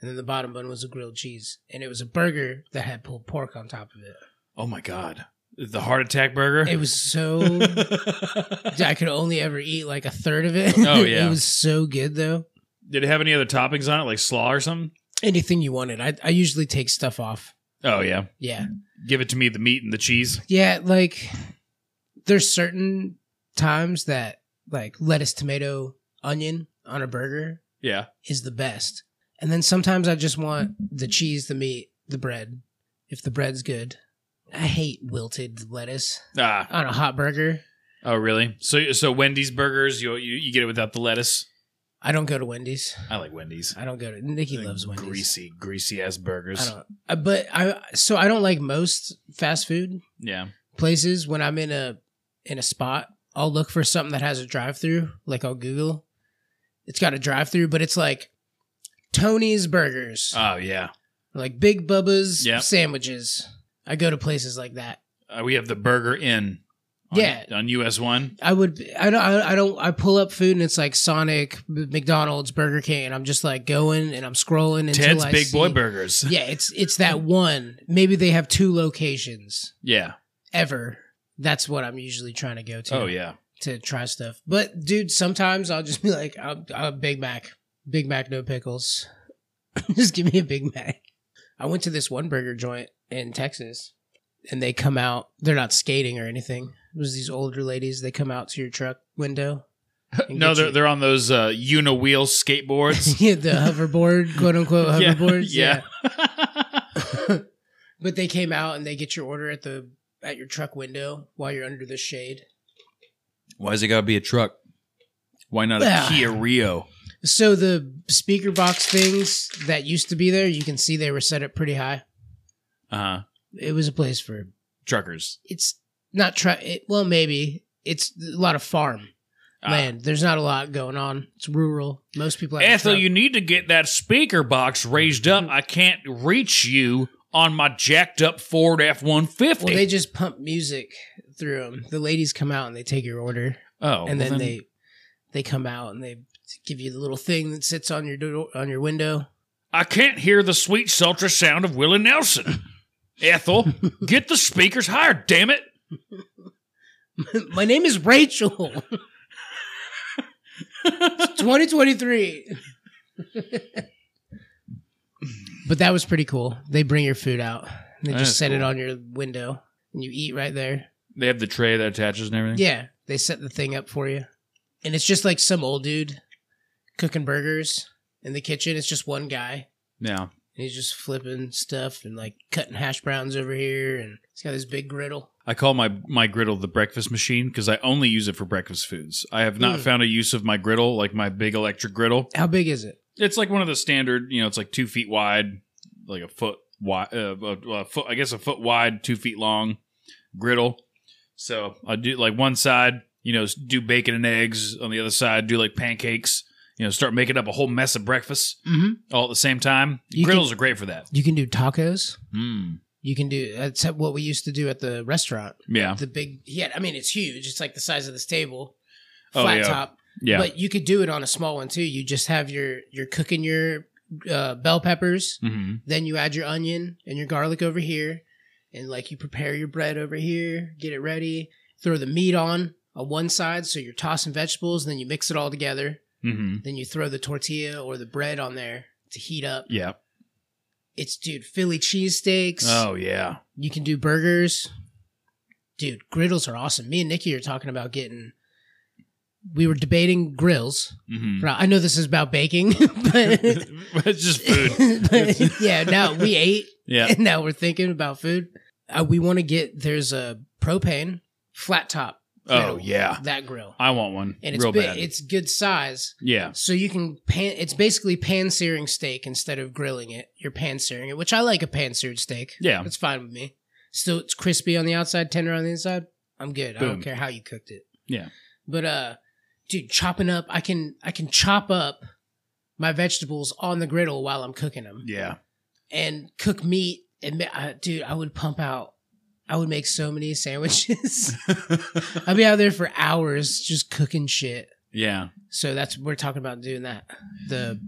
S4: and then the bottom bun was a grilled cheese, and it was a burger that had pulled pork on top of it.
S5: oh my God. The heart attack burger?
S4: It *laughs* was so. I could only ever eat like a third of it. *laughs*
S5: Oh, yeah.
S4: it was so good though.
S5: *laughs* Did it have any other toppings on it, like slaw or something?
S4: Anything you wanted. I I usually take stuff off.
S5: Oh, yeah.
S4: Yeah,
S5: Give it to me, the meat and the cheese.
S4: yeah. Like there's certain times that like lettuce, tomato, onion on a burger
S5: Yeah.
S4: is the best. And then sometimes I just want the cheese, the meat, the bread. If the bread's good, I hate wilted lettuce
S5: Ah,
S4: on a hot burger.
S5: Oh, really? So, so Wendy's burgers, you, you you get it without the lettuce.
S4: I don't go to Wendy's.
S5: I like Wendy's.
S4: I don't go to. Nikki loves Wendy's.
S5: Greasy, greasy ass burgers.
S4: I don't. uh, But I so I don't like most fast food
S5: yeah.
S4: places. When I'm in a in a spot, I'll look for something that has a drive through. Like I'll Google, it's got a drive through, but it's like Tony's Burgers,
S5: Oh, yeah.
S4: like Big Bubba's
S5: Yeah.
S4: sandwiches. I go to places like that.
S5: Uh, we have the Burger Inn. On,
S4: Yeah.
S5: On US One.
S4: I would. I don't. I I don't. I pull up food and it's like Sonic, McDonald's, Burger King, and I'm just like going and I'm scrolling until
S5: Ted's
S4: I
S5: Big
S4: see-
S5: Boy Burgers.
S4: *laughs* Yeah, it's it's that one. Maybe they have two locations.
S5: Yeah.
S4: ever. That's what I'm usually trying to go to.
S5: Oh, yeah.
S4: To try stuff. But dude, sometimes I'll just be like, I'll, I'll Big Mac. Big Mac, no pickles. *laughs* just give me a Big Mac. I went to this one burger joint in Texas and they come out. They're not skating or anything. It was these older ladies. They come out to your truck
S5: *laughs*
S4: window. and
S5: No,
S4: get
S5: they're,
S4: you-
S5: they're on those uh, unawheel skateboards.
S4: *laughs* yeah, the hoverboard, quote
S5: *laughs*
S4: unquote
S5: Yeah,
S4: hoverboards.
S5: yeah. *laughs*
S4: *laughs* but they came out and they get your order at the at your truck window while you're under the shade.
S5: Why does it got to be a truck? Why not a
S4: Yeah.
S5: Kia Rio?
S4: So the speaker box things that used to be there, you can see they were set up pretty high.
S5: Uh huh.
S4: It was a place for
S5: Truckers.
S4: it's not try. It, well, maybe it's a lot of farm.
S5: Ah.
S4: land. There's not a lot going on. It's rural. Most people. Have a
S5: Ethel,
S4: truck.
S5: you need to get that speaker box raised up. I can't reach you on my jacked up Ford F one
S4: Well, they
S5: fifty.
S4: just pump music through them. The ladies come out and they take your order,
S5: Oh,
S4: and
S5: well
S4: then, they they come out and they give you the little thing that sits on your door, on your window.
S5: I can't hear the sweet sultry sound of Willie
S4: *laughs*
S5: Nelson. Ethel, get the speakers higher. Damn it!
S4: *laughs* My name is Rachel.
S5: *laughs*
S4: It's 2023. but that was pretty cool. They bring your food out. They
S5: That
S4: just
S5: is
S4: set it
S5: cool.
S4: on your window and you eat right there.
S5: They have the tray that attaches and everything.
S4: Yeah, they set the thing up for you. And it's just like some old dude cooking burgers in the kitchen. It's just one guy.
S5: Yeah.
S4: And he's just flipping stuff and like cutting hash browns over here. And he's got this big griddle.
S5: I call my my griddle the breakfast machine because I only use it for breakfast foods. I have not
S4: Mm.
S5: found a use of my griddle like my big electric griddle.
S4: How big is it?
S5: It's like one of the standard, you know, it's like two feet wide, like a foot wide, uh, a, a foot, I guess a foot wide, two feet long griddle. So I do like one side, you know, do bacon and eggs. On the other side, do like pancakes. You know, start making up a whole mess of breakfast
S4: Mm-hmm.
S5: all at the same time.
S4: You can-
S5: Griddles are great for that.
S4: You can do tacos.
S5: Mm.
S4: You can do that's what we used to do at the restaurant.
S5: Yeah,
S4: The big, yeah, I mean it's huge. It's like the size of this table,
S5: Oh,
S4: flat
S5: yeah.
S4: top.
S5: yeah.
S4: But you could do it on a small one too. You just have your you're cooking your uh, bell peppers,
S5: hmm
S4: then you add your onion and your garlic over here, and like you prepare your bread over here, get it ready, throw the meat on on one side, so you're tossing vegetables, then you mix it all together,
S5: hmm
S4: then you throw the tortilla or the bread on there to heat up.
S5: Yeah.
S4: It's dude Philly cheesesteaks.
S5: Oh yeah.
S4: You can do burgers. Dude, griddles are awesome. Me and Nikki are talking about getting. We were debating grills. *laughs*
S5: Mm-hmm. *laughs*
S4: I know this is about baking, *laughs* but,
S5: it's just food.
S4: *laughs* but yeah, now
S5: *laughs*
S4: we ate
S5: Yeah.
S4: and now we're thinking about food. Uh, we want to get there's a propane flat top.
S5: Oh
S4: griddle,
S5: yeah.
S4: that grill,
S5: I want one.
S4: and it's
S5: Real
S4: big,
S5: bad.
S4: it's good size.
S5: yeah.
S4: So you can pan. It's basically pan searing steak instead of grilling it. You're pan searing it, which I like a pan seared steak.
S5: Yeah.
S4: that's fine with me. Still, it's crispy on the outside, tender on the inside. I'm good. I
S5: Boom.
S4: don't care how you cooked it.
S5: Yeah.
S4: But uh, dude, chopping up, I can I can chop up my vegetables on the griddle while I'm cooking them
S5: Yeah.
S4: and cook meat. And ma- I, dude, I would pump out. I would make so
S5: *laughs*
S4: many sandwiches. *laughs* I'd be out there for hours just cooking shit.
S5: Yeah.
S4: So that's we're talking about doing that. The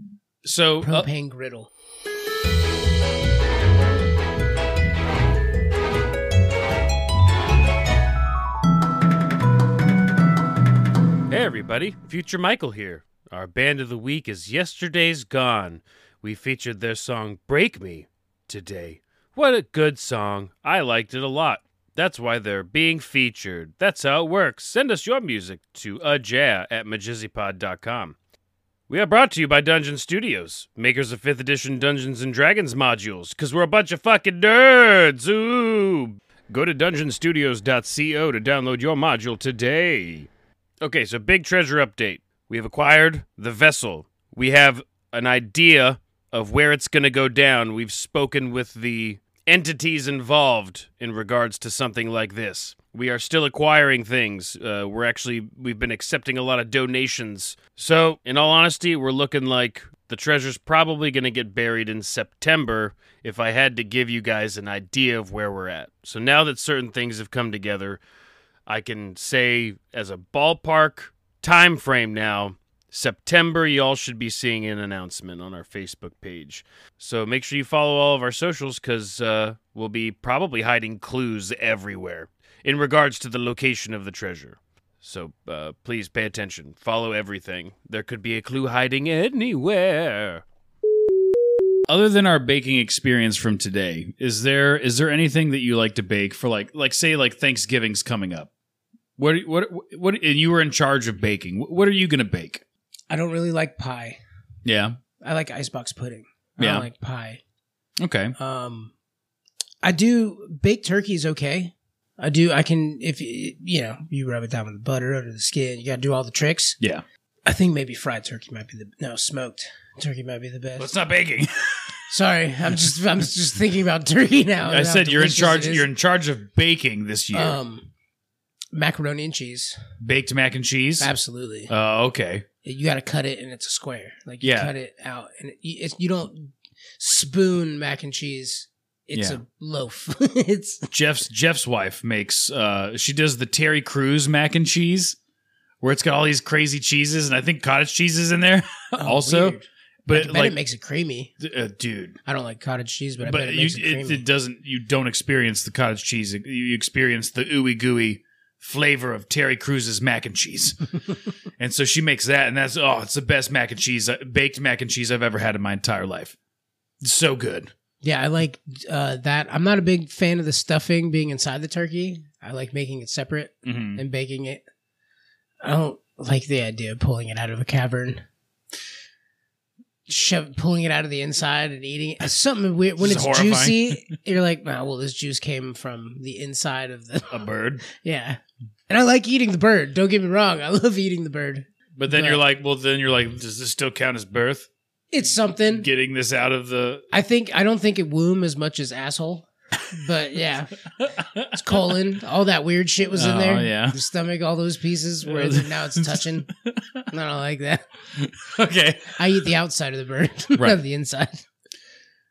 S5: So uh,
S4: propane griddle.
S10: Hey everybody, Future Michael here. Our band of the week is Yesterday's Gone. We featured their song Break Me today. What a good song. I liked it a lot. That's why they're being featured. That's how it works. Send us your music to aja at majizzipod.com. We are brought to you by Dungeon Studios, makers of 5th edition Dungeons and Dragons modules, because we're a bunch of fucking nerds. Ooh. Go to dungeonstudios.co to download your module today. Okay, so big treasure update. We have acquired the vessel. We have an idea of where it's going to go down. We've spoken with the entities involved in regards to something like this. We are still acquiring things. Uh, we're actually we've been accepting a lot of donations. So, in all honesty, we're looking like the treasure's probably going to get buried in September if I had to give you guys an idea of where we're at. So, now that certain things have come together, I can say as a ballpark time frame now, September y'all should be seeing an announcement on our Facebook page. So make sure you follow all of our socials cuz uh, we'll be probably hiding clues everywhere in regards to the location of the treasure. So uh, please pay attention. Follow everything. There could be a clue hiding anywhere.
S5: other than our baking experience from today, is there is there anything that you like to bake for like like say like Thanksgiving's coming up? What what what and you were in charge of baking. What, what are you going to bake?
S4: I don't really like pie.
S5: Yeah.
S4: I like icebox pudding. I
S5: Yeah.
S4: don't like pie.
S5: Okay.
S4: Um I do baked turkey is okay. I do I can if y- you know, you rub it down with the butter under the skin, you gotta do all the tricks.
S5: Yeah.
S4: I think maybe fried turkey might be the no, smoked turkey might be the best.
S5: Well, it's not baking.
S4: Sorry, I'm just I'm just thinking about *laughs* turkey now.
S5: I
S4: and how
S5: said you're in
S4: delicious
S5: charge
S4: it is. Oh.
S5: you're in charge of baking this year.
S4: Um, macaroni and cheese.
S10: Baked mac and cheese.
S4: Absolutely.
S5: Oh,
S10: Uh, okay.
S4: you got to cut it and it's a square. Like you
S10: Yeah.
S4: cut it out and it, it's, you don't spoon mac and cheese. It's
S10: Yeah.
S4: a loaf. *laughs* it's
S10: Jeff's Jeff's wife makes uh she does the Terry Crews mac and cheese where it's got all these crazy cheeses and I think cottage cheese is in there *laughs*
S4: oh,
S10: also.
S4: weird. I
S10: But
S4: bet
S10: like
S4: it makes it creamy.
S10: d- uh, dude,
S4: I don't like cottage cheese, but I
S10: but,
S4: bet it
S10: you
S4: makes it
S10: it,
S4: creamy.
S10: it doesn't you don't experience the cottage cheese you- you experience the ooey gooey flavor of Terry Crews's mac and
S4: *laughs*
S10: cheese. and so she makes that and that's oh it's the best mac and cheese uh, baked mac and cheese I've ever had in my entire life. It's so good.
S4: yeah, I like uh, that. I'm not a big fan of the stuffing being inside the turkey. I like making it separate
S5: Mm-hmm.
S10: Mhm.
S4: and baking it. I don't like the idea of pulling it out of a cavern. Shove, pulling it out of the inside and eating it. It's something weird. When it's
S10: This is horrifying. *laughs*
S4: juicy, you're like, nah, well, this juice came from the inside of the. *laughs*
S10: A bird.
S4: Yeah. And I like eating the bird. Don't get me wrong. I love eating the bird.
S10: But then
S4: But-
S10: you're like, well then you're like does this still count as birth?
S4: It's something.
S10: getting this out of the
S4: I think, I don't think it womb as much as asshole. But yeah, it's colon. All that weird shit was in
S10: Oh,
S4: there.
S10: yeah.
S4: The stomach, all those pieses where
S10: Yeah.
S4: now it's
S10: *laughs*
S4: touching. I don't like that.
S10: *laughs* okay
S4: I eat the outside of the bird, *laughs*
S10: Right.
S4: not the inside.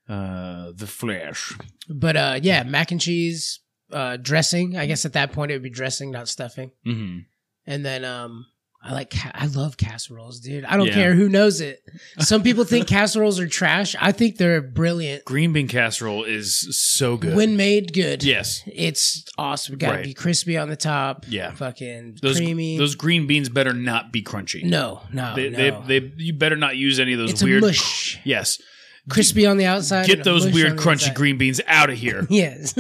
S10: uh the flesh
S4: But uh, yeah, mac and cheese, uh, dressing. I guess at that point it would be dressing, not stuffing.
S10: mm-hmm.
S4: And then um I like ca- I love casseroles, dude. I don't
S10: Yeah.
S4: care who knows it. Some people
S10: *laughs*
S4: think casseroles are trash. I think they're brilliant.
S10: green bean casserole is so good
S4: When made good.
S10: yes
S4: It's awesome. Got to
S10: Right.
S4: be crispy on the top.
S10: Yeah.
S4: Fucking
S10: those
S4: creamy.
S10: those green beans better not be crunchy
S4: no, no.
S10: they,
S4: no.
S10: they they you better not use any of those
S4: it's
S10: weird
S4: a mush.
S10: yes
S4: Crispy on the outside.
S10: get
S4: and a
S10: those
S4: mush
S10: weird
S4: on the
S10: crunchy
S4: inside.
S10: green beans out of here
S4: *laughs* Yes.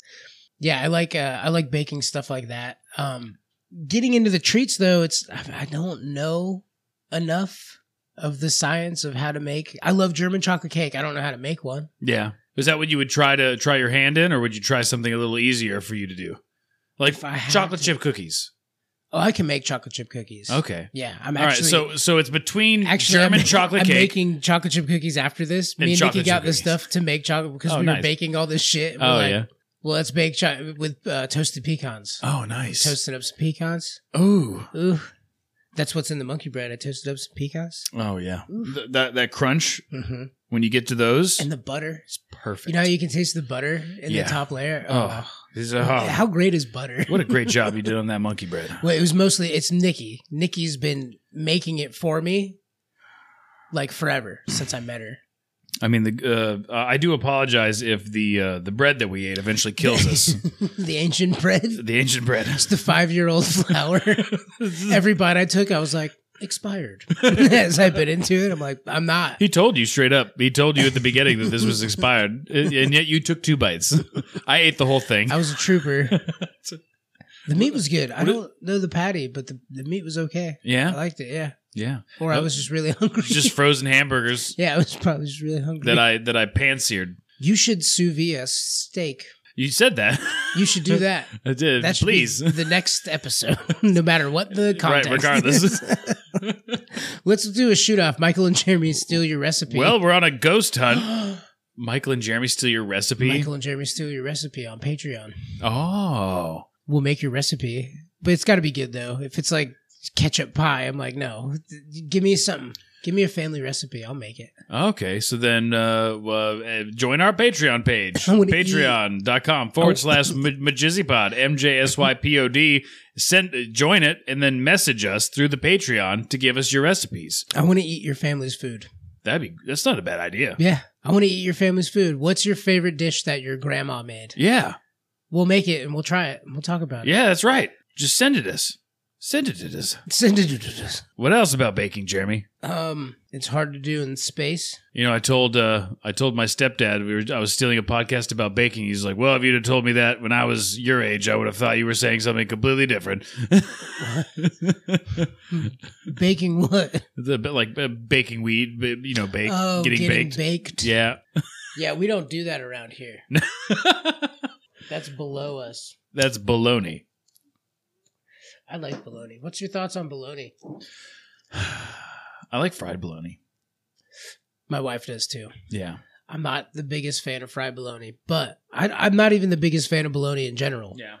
S4: *laughs* yeah, I like uh, I like baking stuff like that. Um, getting into the treats though, it's I I don't know enough of the science of how to make. I love German chocolate cake. I don't know how to make one.
S10: yeah is that what you would try to try your hand in or would you try something a little easier for you to do like
S4: If I had
S10: chocolate
S4: to.
S10: chip cookies
S4: Oh, I can make chocolate chip cookies.
S10: okay
S4: Yeah, I'm
S10: all right
S4: actually
S10: so so it's between
S4: actually *laughs*
S10: german
S4: I'm,
S10: chocolate
S4: I'm
S10: cake
S4: making chocolate chip cookies after this.
S10: And
S4: Me and Nikki
S10: chocolate chip
S4: got the
S10: cookies.
S4: stuff to make chocolate because
S10: Oh,
S4: we were
S10: nice.
S4: baking all this shit. We're
S10: oh
S4: like,
S10: yeah
S4: Well, let's bake cho- with uh, toasted pecans.
S10: oh nice
S4: Toasting up some pecans.
S10: ooh
S4: Ooh, that's what's in the monkey bread. I toasted up some pecans.
S10: Oh yeah, Th- that that crunch
S4: Mm-hmm.
S10: when you get to those,
S4: And the butter.
S10: it's perfect.
S4: You know how you can taste the butter in
S10: Yeah.
S4: the top layer?
S10: oh, this is- oh.
S4: wow. How great is butter?
S10: what a great job you did on that monkey bread.
S4: Well, it was mostly, it's Nikki. Nikki's been making it for me like forever since I met her.
S10: I mean, the uh, I do apologize if the uh, the bread that we ate eventually kills us.
S4: *laughs* the ancient bread.
S10: the ancient bread.
S4: It's the five year *laughs* old
S10: *laughs*
S4: flour. Every bite I took, I was like, expired. *laughs* As I bit into it, I'm like, I'm not.
S10: He told you straight up. He told you at the beginning that this was expired, and and yet you took two bites. I ate the whole thing.
S4: I was a
S10: *laughs*
S4: trooper. The meat was good. I don't know the patty, but the, the meat was okay. I
S10: *laughs* Yeah,
S4: liked it, yeah.
S10: yeah.
S4: Or I was just really hungry. *laughs*
S10: Just frozen hamburgers
S4: Yeah, I was probably just really hungry.
S10: that I that I pan seared.
S4: you should sous vide a steak.
S10: You said that.
S4: You should do
S10: *laughs*
S4: that.
S10: I did.
S4: That should be
S10: Please.
S4: the next episode, *laughs* no matter what the context.
S10: Right, regardless.
S4: *laughs* Let's do a shoot off. Michael and Jeremy steal your recipe. *gasps*
S10: Well, we're on a ghost hunt. Michael and Jeremy steal your recipe.
S4: Michael and Jeremy steal your recipe on Patreon.
S10: Oh.
S4: We'll make your recipe, but it's got to be good though. If it's like ketchup pie, I'm like, no, give me something. Give me a family recipe. I'll make it.
S10: Okay, so then uh, uh, eh, join our Patreon page.
S4: *laughs* I wanna Oh.
S10: Patreon.com forward slash ma- majizzipod, M-J-S-Y-P-O-D. Send, uh, join it and then message us through the Patreon to give us your recipes.
S4: I want to eat your family's food.
S10: That'd be, that's not a bad idea.
S4: Yeah, I want to eat your family's food. What's your favorite dish that your grandma made?
S10: Yeah.
S4: We'll make it and we'll try it and we'll talk about it.
S10: Yeah, that's right. Just send it us. Send it to us.
S4: Send it to us.
S10: What else about baking, Jeremy?
S4: *laughs* Um, it's hard to do in space.
S10: You know, I told uh, I told my stepdad we were I was stealing a podcast about baking. He's like, "Well, if you'd have told me that when I was your age, I would have thought you were saying something completely different." *laughs*
S4: Baking what?
S10: the, but like uh, baking weed, but, you know, bake,
S4: oh,
S10: getting, baked. Yeah,
S4: Yeah, we don't do that around here. That's below us.
S5: *sighs*
S10: that's baloney.
S4: I like bologna. What's your thoughts on bologna?
S10: I like fried bologna.
S4: My wife does too.
S10: Yeah,
S4: I'm not the biggest fan of fried bologna, but I, I'm not even the biggest fan of bologna in general.
S10: yeah.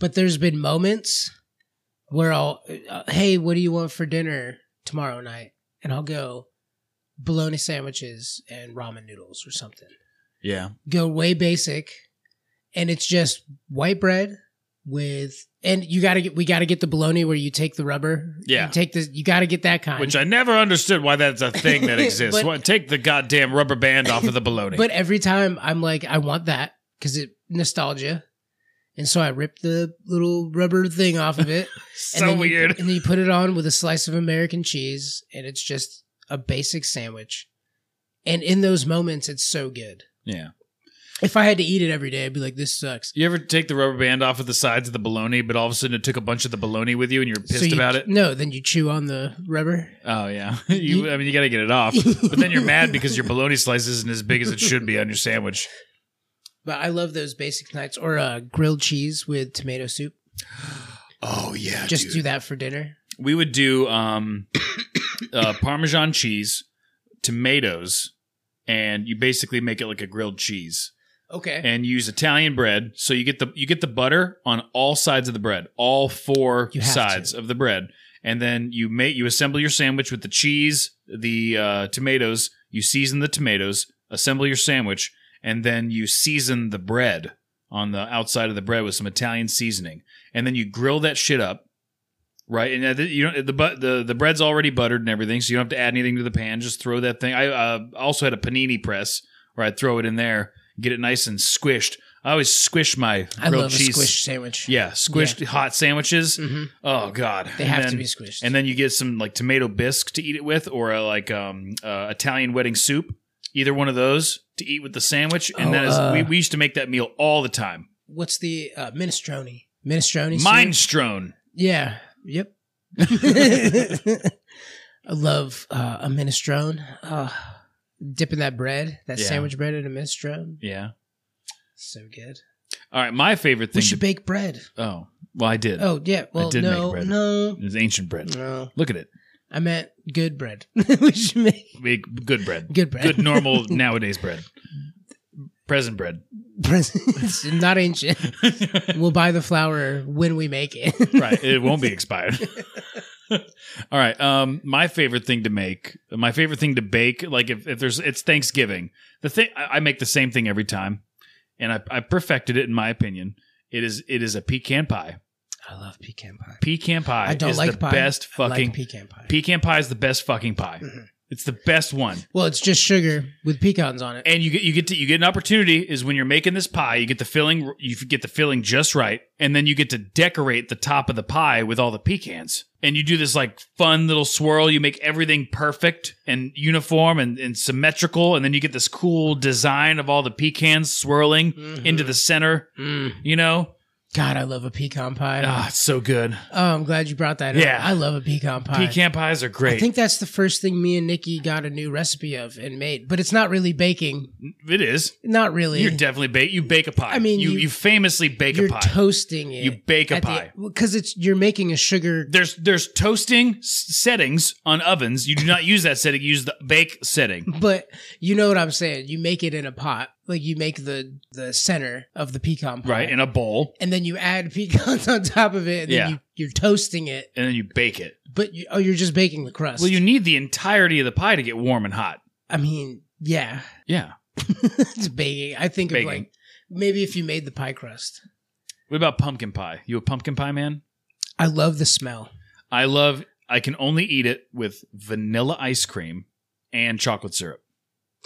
S4: But there's been moments where I'll, uh, hey, what do you want for dinner tomorrow night? And I'll go bologna sandwiches and ramen noodles or something.
S10: Yeah.
S4: Go way basic, and it's just white bread with, and you gotta get, we gotta get the bologna where you take the rubber.
S10: Yeah.
S4: You take the, you gotta get that kind.
S10: Which I never understood why that's a
S4: *laughs*
S10: thing that exists.
S4: But-
S10: Why- take the goddamn rubber band
S4: *laughs*
S10: off of the baloney.
S4: But every time I'm like, I want that because it nostalgia. And so I ripped the little rubber thing off of
S10: *laughs*
S4: it.
S10: so
S4: and then you-
S10: weird.
S4: and then you put it on with a slice of American cheese, and it's just a basic sandwich. And in those moments, it's so good.
S10: yeah.
S4: If I had to eat it every day, I'd be like, this sucks.
S10: You ever take the rubber band off of the sides of the baloney, but all of a sudden it took a bunch of the baloney with you and you're pissed
S4: So you-
S10: about it?
S4: No, then you chew on the rubber.
S10: Oh yeah, *laughs* you. I mean, you got to get
S4: *laughs*
S10: it off, but then you're mad because your bologna slice isn't as big as it should be on your sandwich.
S4: But I love those basic nights or uh, grilled cheese with tomato soup.
S10: *gasps* Oh yeah,
S4: Just do that for dinner.
S10: We would do um, uh, Parmesan cheese, tomatoes, and you basically make it like a grilled cheese,
S4: Okay.
S10: and you use Italian bread. So you get the you get the butter on all sides of the bread, all four
S4: You have
S10: sides
S4: to.
S10: of the bread, and then you make you assemble your sandwich with the cheese, the uh, tomatoes. You season the tomatoes, assemble your sandwich, and then you season the bread on the outside of the bread with some Italian seasoning, and then you grill that shit up, right? And uh, th- you know the but the the bread's already buttered and everything, so you don't have to add anything to the pan. Just throw that thing. I uh, also had a panini press where I'd throw it in there, get it nice and squished. I always squish my
S4: I
S10: grilled
S4: love
S10: cheese.
S4: a squish sandwich.
S10: Yeah, squished hot sandwiches.
S4: Mhm.
S10: Oh god,
S4: They
S10: And
S4: have to
S10: then-
S4: be squished.
S10: And then you get some like tomato bisque to eat it with, or a, like um, uh, Italian wedding soup. Either one of those to eat with the sandwich, and
S4: Oh,
S10: that is
S4: uh,
S10: we, we used to make that meal all the time.
S4: What's the uh, minestrone? Minestrone. soup?
S10: Minestrone.
S4: Yeah.
S10: *laughs*
S4: Yep. I love uh, a minestrone. Uh, dipping that bread, that
S10: Yeah.
S4: sandwich bread in a minestrone.
S10: Yeah.
S4: So good.
S10: All right, my favorite
S4: We
S10: thing.
S4: should
S10: to-
S4: bake bread.
S10: oh, well, I did.
S4: Oh Mm. yeah. Well,
S10: did make
S4: no,
S10: bread.
S4: no,
S10: It was ancient bread.
S4: no.
S10: Look at it.
S4: I meant good bread. *laughs* we should make
S10: Make good bread.
S4: good bread. *laughs*
S10: Good normal nowadays bread. Present bread.
S4: It's not ancient. We'll buy the flour when we make it.
S10: right. It won't be expired. All right. Um, my favorite thing to make, my favorite thing to bake, like if, if there's, it's Thanksgiving. The thing I, I make the same thing every time, and I, I perfected it in my opinion. It is it is a pecan pie.
S4: *laughs* I love pecan pie.
S10: Pecan pie
S4: I don't
S10: is
S4: like
S10: the
S4: pie.
S10: best
S4: I like Mm-hmm.
S10: fucking
S4: pecan pie.
S10: pecan pie is the best fucking pie. It's the best one.
S4: well, it's just sugar with pecans on it.
S10: and you get you get to you get an opportunity is when you're making this pie you get the filling you get the filling just right and then you get to decorate the top of the pie with all the pecans and you do this like fun little swirl you make everything perfect and uniform and, and symmetrical and then you get this cool design of all the pecans swirling
S4: Mm-hmm.
S10: into the center
S4: Mm.
S10: you know
S4: God, I love a pecan pie.
S10: ah it's so good
S4: Oh, I'm glad you brought that up.
S10: Yeah.
S4: I love a pecan pie.
S10: pecan pies are great
S4: I think that's the first thing me and Nikki got a new recipe of and made, but it's not really baking.
S10: it is
S4: Not really.
S10: you're definitely bake you bake a pie
S4: I mean,
S10: you,
S4: you-
S10: you, famously bake
S4: You're
S10: a pie
S4: toasting it.
S10: You bake a pie.
S4: because it's you're making a sugar.
S10: there's there's toasting s- settings on ovens. You do not use that setting. You use the bake setting.
S4: But you know what I'm saying. You make it in a pot, like you make the the center of the pecan pie,
S10: Right in a bowl,
S4: and then you add *laughs* pecans on top of it, and
S10: Yeah.
S4: then you, you're toasting it.
S10: and then you bake it.
S4: But you, oh, you're just baking the crust.
S10: Well, you need the entirety of the pie to get warm and hot.
S4: I mean, yeah,
S10: Yeah.
S4: *laughs* it's baking. I think
S10: Baking.
S4: of like maybe if you made the pie crust.
S10: What about pumpkin pie? You a pumpkin pie man?
S4: I love the smell.
S10: I love. I can only eat it with vanilla ice cream and chocolate syrup.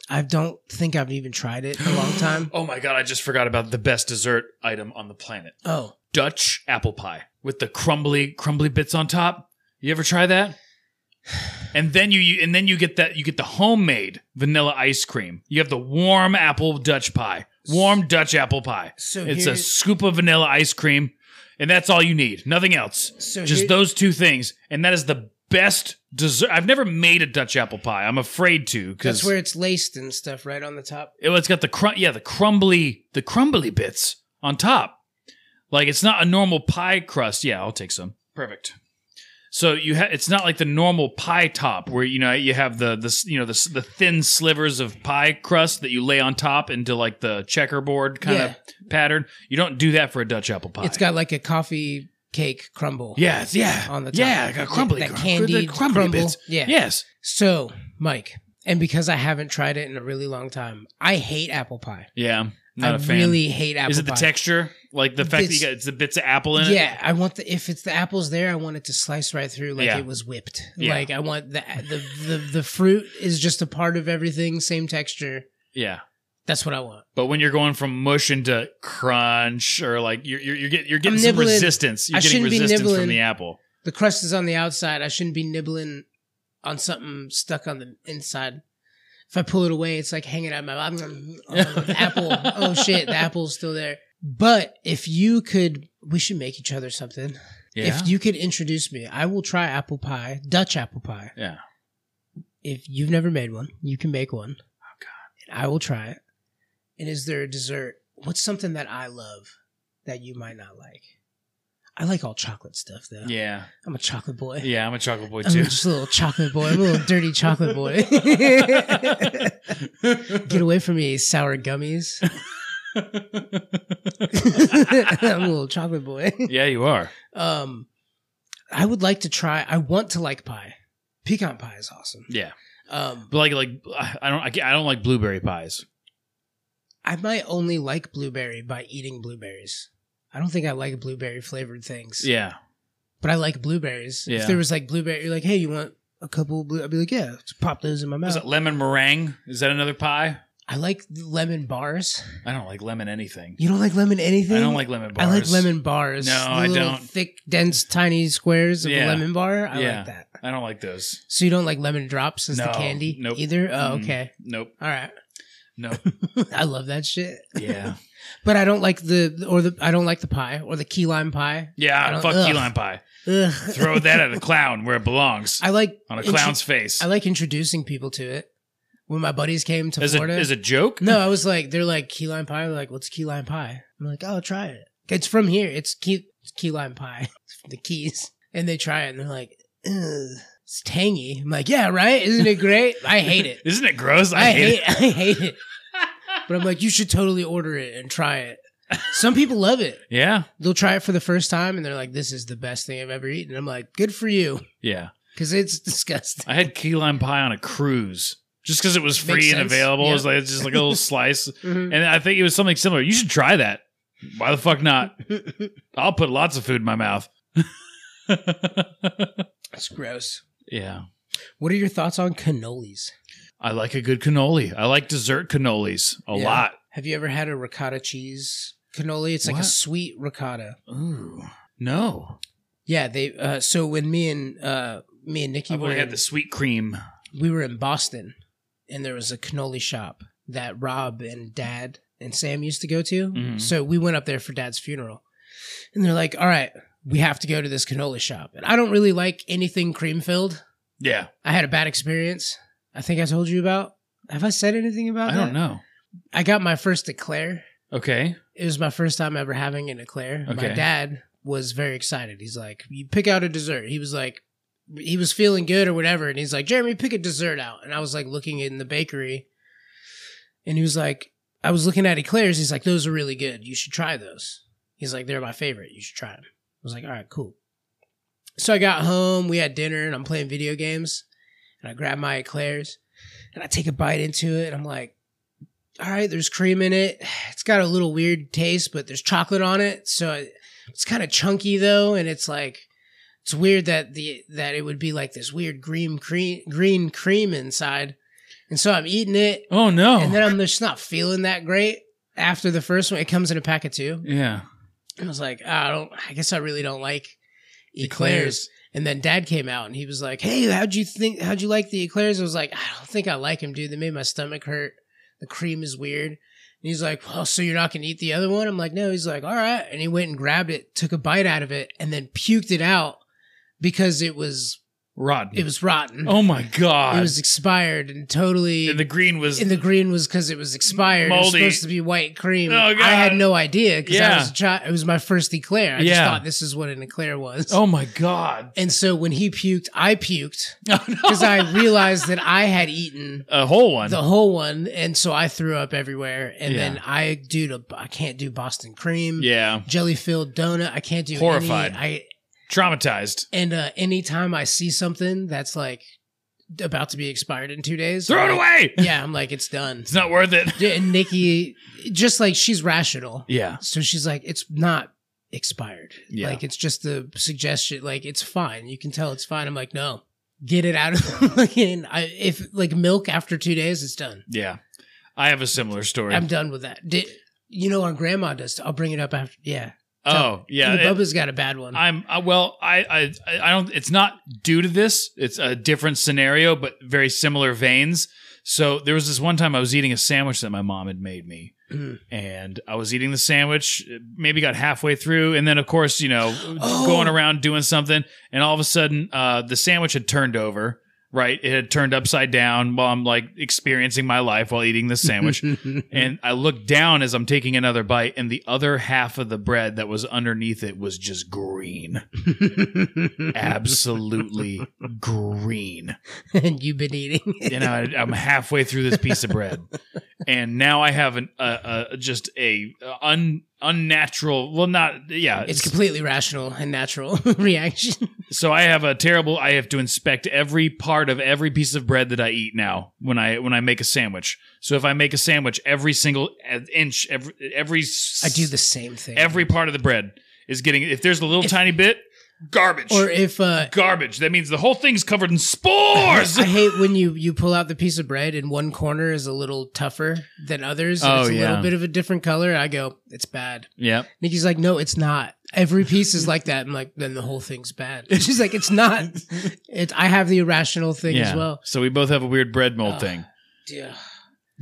S4: I don't think I've even tried it in
S10: *gasps*
S4: a long time.
S10: Oh my god! I just forgot about the best dessert item on the planet:
S4: Oh,
S10: Dutch apple pie with the crumbly, crumbly bits on top. You ever try that? And then you, you and then you get that you get the homemade vanilla ice cream. You have the warm apple Dutch pie, warm Dutch apple pie.
S4: So
S10: it's a
S4: here-
S10: scoop of vanilla ice cream, and that's all you need. Nothing else.
S4: So
S10: Just
S4: here-
S10: those two things, and that is the best dessert. I've never made a Dutch apple pie. I'm afraid to because
S4: that's where it's laced and stuff, right on the top.
S10: it, has got the crum- yeah the crumbly the crumbly bits on top. Like it's not a normal pie crust. Yeah, I'll take some. Perfect. So you ha- it's not like the normal pie top where you know you have the the s- you know the s- the thin slivers of pie crust that you lay on top into like the checkerboard kind
S4: Yeah.
S10: of pattern. You don't do that for a Dutch apple pie.
S4: It's got like a coffee cake crumble.
S10: *laughs* yes, yeah,
S4: On the top.
S10: yeah, like a crumbly,
S4: That
S10: cr-
S4: candied
S10: crumbly
S4: crumble.
S10: bits.
S4: Yeah.
S10: yes.
S4: So, Mike, and because I haven't tried it in a really long time, I hate apple pie.
S10: Yeah, I'm not
S4: I
S10: a fan.
S4: really hate apple pie.
S10: Is it the texture? Like the fact that
S4: This-
S10: you got it's the bits of apple in it?
S4: Yeah, I want the if it's the apples there, I want it to slice right through like
S10: Yeah.
S4: it was whipped.
S10: Yeah.
S4: Like I want the, the the the fruit is just a part of everything, same texture.
S10: Yeah.
S4: That's what I want.
S10: But when you're going from mush into crunch or like you're you're, you're, get, you're getting
S4: I'm
S10: some
S4: nibbling.
S10: resistance. You're
S4: I
S10: getting
S4: shouldn't be
S10: resistance from
S4: nibbling.
S10: the apple.
S4: The crust is on the outside. I shouldn't be nibbling on something stuck on the inside. If I pull it away, it's like hanging out of my mouth. Oh,
S10: *laughs*
S4: the apple. Oh shit, the apple's still there. But if you could, we should make each other something. If you could introduce me, I will try apple pie, Dutch apple pie.
S10: Yeah.
S4: If you've never made one, you can make one. Oh god. And I will try it. And is there a dessert? What's something that I love that you might not like? I like all chocolate stuff though. *laughs*
S10: yeah.
S4: I'm a chocolate boy.
S10: Yeah, I'm a chocolate boy
S4: I'm *laughs*
S10: too.
S4: just a little chocolate boy. I'm a little
S10: *laughs*
S4: dirty chocolate boy. Get away from me, sour
S10: *laughs*
S4: gummies. *laughs* I'm a little chocolate boy.
S10: yeah, you are.
S4: Um, I would like to try. I want to like pie. Pecan pie is awesome.
S10: Yeah.
S4: Um,
S10: But like like I don't I, can't- I don't like blueberry pies.
S4: I might only like blueberry by eating blueberries. I don't think I like blueberry flavored things.
S10: Yeah.
S4: But I like blueberries.
S10: Yeah.
S4: If there was like blueberry, you're like, hey, you want a couple? Of blue? I'd be like, yeah, just pop those in my
S10: What
S4: mouth.
S10: is it lemon meringue? Is that another pie?
S4: I like lemon bars.
S10: I don't like lemon anything.
S4: You don't like lemon anything?
S10: I don't like lemon bars.
S4: I like lemon bars.
S10: No,
S4: The
S10: I
S4: little
S10: don't.
S4: Thick, dense, tiny squares of
S10: Yeah.
S4: a lemon bar. I
S10: Yeah.
S4: like that.
S10: I don't like those.
S4: So you don't like lemon drops as
S10: No,
S4: the candy
S10: nope.
S4: either? Oh,
S10: Mm.
S4: okay.
S10: Nope.
S4: All right.
S10: Nope.
S4: *laughs* I love that shit.
S10: Yeah.
S4: But I don't like the or the I don't like the pie or the key lime pie. I
S10: Yeah,
S4: don't-
S10: fuck
S4: ugh.
S10: key lime pie.
S4: Ugh.
S10: Throw that at a clown where it belongs.
S4: *laughs* I like
S10: on a
S4: intro-
S10: clown's face.
S4: I like introducing people to it. When my buddies came to
S10: as a
S4: Florida,
S10: as a joke?
S4: no, I was like, they're like key lime pie. They're like, what's key lime pie? I'm like, oh, try it. It's from here. It's key it's key lime pie. *laughs* It's from the keys, and they try it, and they're like, Ugh, it's tangy. I'm like, yeah, right? Isn't it great? I hate it.
S10: *laughs* Isn't it gross? I,
S4: I hate,
S10: hate, it.
S4: I hate
S10: *laughs*
S4: it. But I'm like, you should totally order it and try it. Some people love it.
S10: Yeah.
S4: They'll try it for the first time and they're like, this is the best thing I've ever eaten. I'm like, good for you
S10: Yeah.
S4: because it's *laughs* disgusting.
S10: I had key lime pie on a cruise just because it was
S4: Makes
S10: free and
S4: sense.
S10: available. It was
S4: Yeah.
S10: like it's just like
S4: *laughs*
S10: a little slice,
S4: Mhm.
S10: and I think it was something similar. You should try that. Why the fuck
S4: *laughs*
S10: not? I'll put lots of food in my mouth.
S4: It's gross.
S10: yeah,
S4: What are your thoughts on cannolis?
S10: I like a good cannoli. I like dessert cannolis a
S4: Yeah.
S10: lot.
S4: Have you ever had a ricotta cheese cannoli? It's like
S10: What?
S4: a sweet ricotta.
S10: Ooh, no!
S4: Yeah, they. Uh, so when me and uh, me and Nikki
S10: I've
S4: were
S10: only
S4: in,
S10: had the sweet cream.
S4: we were in Boston, and there was a cannoli shop that Rob and Dad and Sam used to go to.
S10: Mhm.
S4: So we went up there for Dad's funeral, and they're like, "All right, we have to go to this cannoli shop." And I don't really like anything cream filled. *laughs*
S10: Yeah,
S4: I had a bad experience. I think I told you about. Have I said anything about?
S10: I don't
S4: that?
S10: know.
S4: I got my first eclair.
S10: Okay,
S4: it was my first time ever having an eclair. My
S10: Okay.
S4: dad was very excited. He's like, "You pick out a dessert." He was like, he was feeling good or whatever, and he's like, "Jeremy, pick a dessert out." And I was like looking in the bakery, and he was like, "I was looking at eclairs." He's like, "Those are really good. You should try those." He's like, "They're my favorite. You should try them." I was like, "All right, cool." So I got home, we had dinner, and I'm playing video games, and I grab my eclairs, and I take a bite into it, and I'm like all right, there's cream in it. *sighs* It's got a little weird taste, but there's chocolate on it, so it- it's kind of chunky though, and it's like it's weird that the that it would be like this weird green cream green cream inside. And so I'm eating it,
S10: Oh no.
S4: and then I'm just not feeling that great after the first one. It comes in a pack of two.
S10: yeah.
S4: I was like, I don't. I guess I really don't like eclairs. And then dad came out and he was like, Hey, how'd you think, how'd you like the eclairs? I was like, I don't think I like them, dude. They made my stomach hurt. The cream is weird. And he's like, Well, so you're not going to eat the other one? I'm like, No. He's like, All right. And he went and grabbed it, took a bite out of it, and then puked it out because it was
S10: Rotten.
S4: It was rotten.
S10: Oh my god.
S4: It was expired and totally.
S10: and the green was
S4: in the green was because it was expired. It was
S10: Moldy.
S4: supposed to be white cream.
S10: Oh, God.
S4: I had no idea because I
S10: Yeah.
S4: was a child. It was my first eclair. I just
S10: Yeah.
S4: thought this is what an eclair was.
S10: Oh my god. *laughs*
S4: And so when he puked, I puked
S10: Oh, no. *laughs*
S4: because I realized that I had eaten
S10: a whole one.
S4: the whole one, and so I threw up everywhere. And
S10: Yeah.
S4: then I do the I can't do Boston cream,
S10: yeah.
S4: jelly filled donut. I can't do any.
S10: Horrified.
S4: I
S10: Traumatized.
S4: and uh, anytime I see something that's like about to be expired in two days,
S10: Throw it
S4: I'm like-
S10: away.
S4: Yeah, I'm like it's done.
S10: It's not worth it.
S4: Yeah, and Nikki, just like she's rational,
S10: Yeah.
S4: so she's like, it's not expired.
S10: Yeah.
S4: Like it's just the suggestion. Like it's fine. You can tell it's fine. I'm like, no, get it out of *laughs* fucking. I, if like milk after two days, it's done.
S10: Yeah. I have a similar story.
S4: I'm done with that. Did, you know, our grandma does. I'll bring it up after. Yeah.
S10: oh, yeah.
S4: Ooh,
S10: it-
S4: Bubba's got a bad one.
S10: I'm uh, well. I, I I don't. It's not due to this. It's a different scenario, but very similar veins. So there was this one time I was eating a sandwich that my mom had made me,
S4: Mm.
S10: and I was eating the sandwich. Maybe got halfway through, and then of course you know
S4: Oh.
S10: going around doing something, and all of a sudden uh, the sandwich had turned over. Right, it had turned upside down while I'm like experiencing my life while
S4: *laughs*
S10: eating this sandwich.
S4: Mm-hmm.
S10: and I look down as I'm taking another bite, and the other half of the bread that was underneath it was
S4: *laughs*
S10: just green. Absolutely green.
S4: and you've been
S10: *laughs*
S4: eating. it.
S10: And I,
S4: *laughs*
S10: I'm halfway through this piece of bread, and now I have an uh, uh, just a un, unnatural. Well, not yeah.
S4: It's completely rational and natural *laughs* reaction.
S10: so I have a terrible. I have to inspect every part of every piece of bread that I eat now when I when I make a sandwich. So if I make a sandwich, every single uh, inch, every every
S4: I do the same thing.
S10: Every part of the bread is getting. If there's a little
S4: If-
S10: tiny bit, garbage.
S4: or if uh,
S10: garbage. That means the whole thing's covered in
S4: *laughs*
S10: spores.
S4: I hate when you you pull out the piece of bread and one corner is a little tougher than others. and
S10: Oh,
S4: it's a
S10: yeah.
S4: little bit of a different color. I go, it's bad.
S10: yep.
S4: Nikki's like, no, it's not. Every piece is like that. I'm like, then the whole thing's bad. *laughs* She's like, it's not. It. I have the irrational thing as well.
S10: So we both have a weird bread mold
S4: Uh.
S10: thing.
S4: Yeah.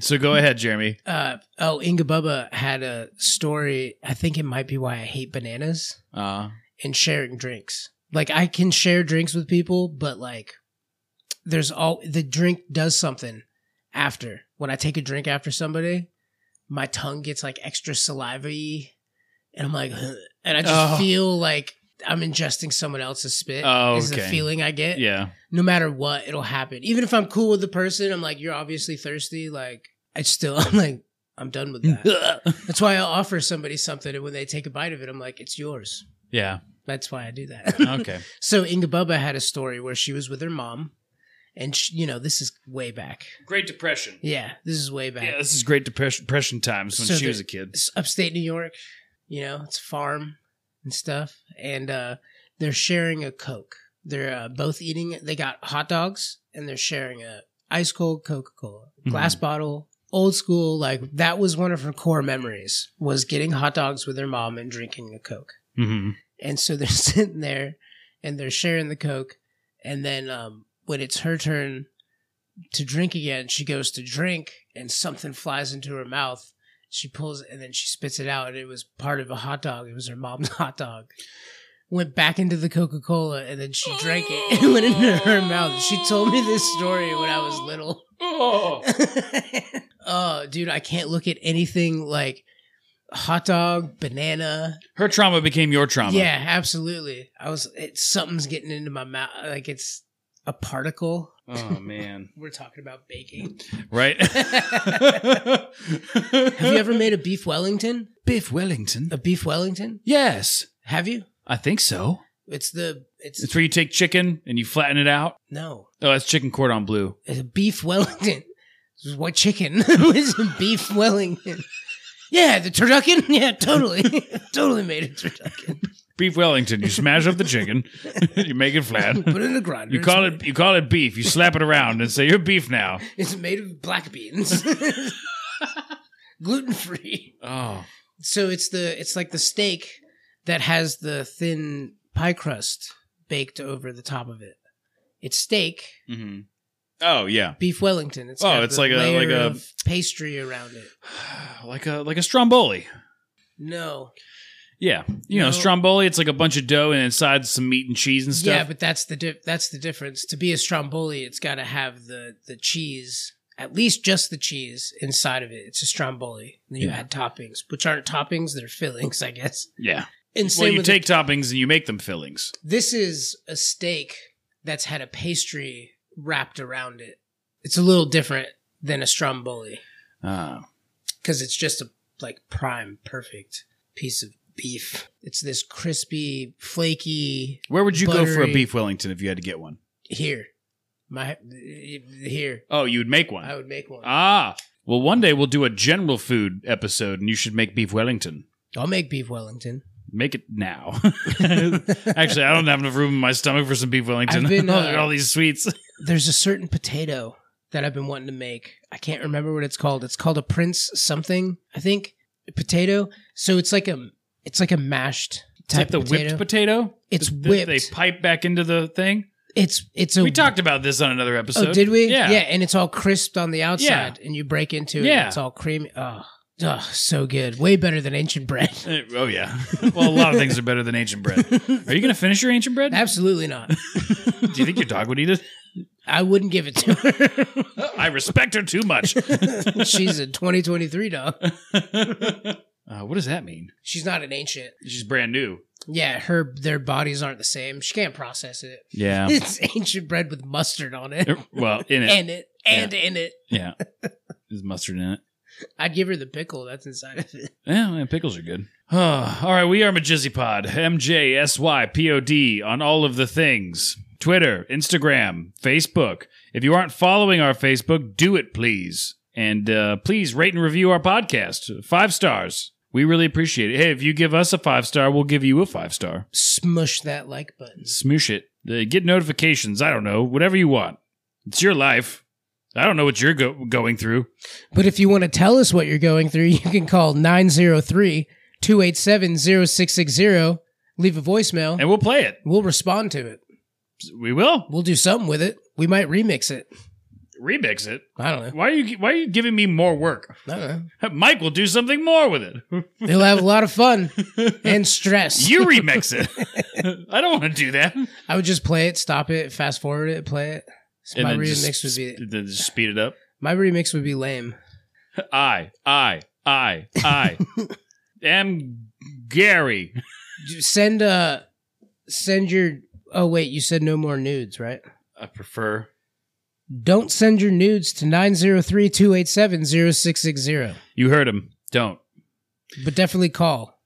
S10: So go ahead, Jeremy.
S4: Uh, oh, Inga Bubba had a story. I think it might be why I hate bananas
S10: Uh,
S4: and sharing drinks. Like I can share drinks with people, but like there's all the drink does something after. When I take a drink after somebody, my tongue gets like extra salivary and I'm like "Ugh," and I just
S10: Oh.
S4: feel like I'm ingesting someone else's spit.
S10: Oh,
S4: Is the
S10: okay.
S4: feeling I get.
S10: *laughs* yeah.
S4: No matter what, it'll happen. Even if I'm cool with the person, I'm like, you're obviously thirsty. Like I still *laughs* I'm like, I'm done with
S10: *laughs*
S4: that. That's why I offer somebody something and when they take a bite of it, I'm like, it's yours.
S10: yeah.
S4: That's why I
S5: *laughs*
S4: do that.
S10: Okay.
S4: *laughs* So Inga Bubba had a story where she was with her mom, and she, you know this is way back.
S10: Great Depression.
S4: Yeah, this is way back.
S10: Yeah, this is Great Depression, depression times when
S4: So
S10: she
S4: the-
S10: was a kid.
S4: It's upstate New York. You know, it's a farm and stuff, and uh, they're sharing a Coke. They're uh, both eating. They got hot dogs, and they're sharing a ice cold Coca Cola glass bottle. Old school, like that was one of her core memories was getting hot dogs with her mom and drinking a Coke.
S10: Mm-hmm. *laughs*
S4: And so *laughs* they're sitting there and they're sharing the Coke. And then um, when it's her turn to drink again, she goes to drink and something flies into her mouth. She pulls it and then she spits it out. And it was part of a hot dog. It was her mom's *laughs* hot dog. Went back into the Coca Cola and then she drank it and went into her mouth. She told me this story when I was little.
S10: Oh.
S4: *laughs* oh, dude, I can't look at anything like hot dog, banana,
S10: Her trauma became your trauma.
S4: yeah, absolutely. I was it, something's getting into my mouth like it's a particle. *laughs*
S10: Oh man.
S4: We're talking about baking.
S10: Right.
S4: Have you ever made a beef Wellington?
S10: Biff Wellington?
S4: A beef Wellington?
S10: Yes,
S4: Have you?
S10: I think so.
S4: It's the it's,
S10: It's where you take chicken and you flatten it out.
S4: no.
S10: Oh, that's chicken cordon bleu.
S4: It's a beef Wellington. This is What chicken? *laughs* it's a beef Wellington. Yeah, the turducken. *laughs* Yeah, totally, totally made a turducken.
S10: Beef Wellington. You smash up
S4: *laughs*
S10: the chicken, *laughs* you make it flat.
S4: Put it in a grinder.
S10: You
S4: It's
S10: call
S4: made-
S10: it you call it beef. You slap it around and say you're beef now.
S4: It's made of black beans, *laughs* gluten free.
S10: *sighs* Oh,
S4: So it's the it's like the steak that has the thin pie crust baked over the top of it. It's steak,
S10: mm-hmm. oh yeah,
S4: beef Wellington. It's
S10: Oh,
S4: got
S10: it's
S4: the
S10: like a-
S4: layer
S10: like a-
S4: of pastry around it.
S10: like a like a stromboli.
S4: No,
S10: Yeah, you know,
S4: No.
S10: stromboli. It's like a bunch of dough and inside some meat and cheese and stuff.
S4: Yeah, but that's the di- that's the difference. To be a stromboli, it's got to have the the cheese, at least just the cheese inside of it. It's a stromboli. And then you
S10: Yeah.
S4: add toppings, which aren't toppings; they're fillings, I guess.
S10: yeah.
S4: And same
S10: Well, you
S4: with the-
S10: take toppings and you make them fillings.
S4: this is a steak that's had a pastry wrapped around it. It's a little different than a stromboli
S10: Ah,
S4: because it's just a like prime perfect piece of beef. It's this crispy, flaky
S10: where would you go for a
S4: Buttery.
S10: beef Wellington if you had to get one?
S4: here. My here,
S10: Oh, you would make one.
S4: I would make one.
S10: ah, well, one day we'll do a general food episode, and you should make beef Wellington.
S4: I'll make beef Wellington.
S10: Make it now. *laughs* Actually, I don't have enough room in my stomach for some beef Wellington.
S4: I've
S10: *laughs*
S4: been,
S10: Look at
S4: uh,
S10: all these sweets.
S4: There's a certain potato that I've been wanting to make. I can't remember what it's called. It's called a prince something, I think. Potato. So it's like a it's like a mashed
S10: It's like
S4: type
S10: the
S4: of potato.
S10: whipped potato.
S4: It's
S10: That- that They
S4: whipped.
S10: pipe back into the thing.
S4: it's it's a
S10: We talked about this on another episode.
S4: Oh, did we?
S10: Yeah.
S4: Yeah, and it's all crisped on the outside, and you break into it.
S10: Yeah.
S4: and it's all creamy. Oh, oh, so good. Way better than ancient bread. *laughs*
S10: Uh, Oh yeah. *laughs* Well, a lot of things are better than ancient bread. Are you going to finish your
S4: *laughs*
S10: ancient bread?
S4: Absolutely not.
S10: Do you think your dog would eat it?
S4: I wouldn't give it to her. *laughs*
S10: I respect her too much.
S4: She's a 2023 dog.
S10: uh, what does that mean?
S4: She's not an ancient.
S10: She's brand new.
S4: Yeah, her their bodies aren't the same. She can't process it. *laughs*
S10: Yeah.
S5: *laughs*
S4: It's ancient bread with mustard on it,
S10: well, in it.
S4: and it and in it.
S10: yeah. There's mustard in it.
S4: I'd give her the pickle that's inside of it.
S10: Yeah, yeah, pickles are good. *sighs* all right, we are Majizipod. M J S Y P O D on all of the things. Twitter, Instagram, Facebook. If you aren't following our Facebook, do it please. And uh, please rate and review our podcast. Five stars. We really appreciate it. Hey, if you give us a five star, we'll give you a five star.
S4: Smush that like button.
S10: Smoosh it. Uh, get notifications. I don't know. Whatever you want. It's your life. I don't know what you're go- going through.
S4: But if you want to tell us what you're going through, *laughs* you can call 903-287-0660, leave a voicemail,
S10: And we'll play it.
S4: we'll respond to it.
S10: We will
S4: We'll do something with it. We might remix it.
S10: remix it.
S4: I don't know.
S10: Why are you why are you giving me more work?
S4: I don't
S10: Mike will do something more with it.
S4: know. They'll have a lot of
S10: *laughs*
S4: fun and stress.
S10: You remix it. *laughs* I don't want to do that.
S4: I would just play it, stop it, fast forward it, play it. So my remix would be
S10: then just speed it up.
S4: my remix would be lame.
S10: I I I I am Gary.
S4: send uh send your oh wait you said no more nudes right
S10: I prefer.
S4: don't send your nudes to 903-287-0660
S10: You heard him. Don't.
S4: but definitely call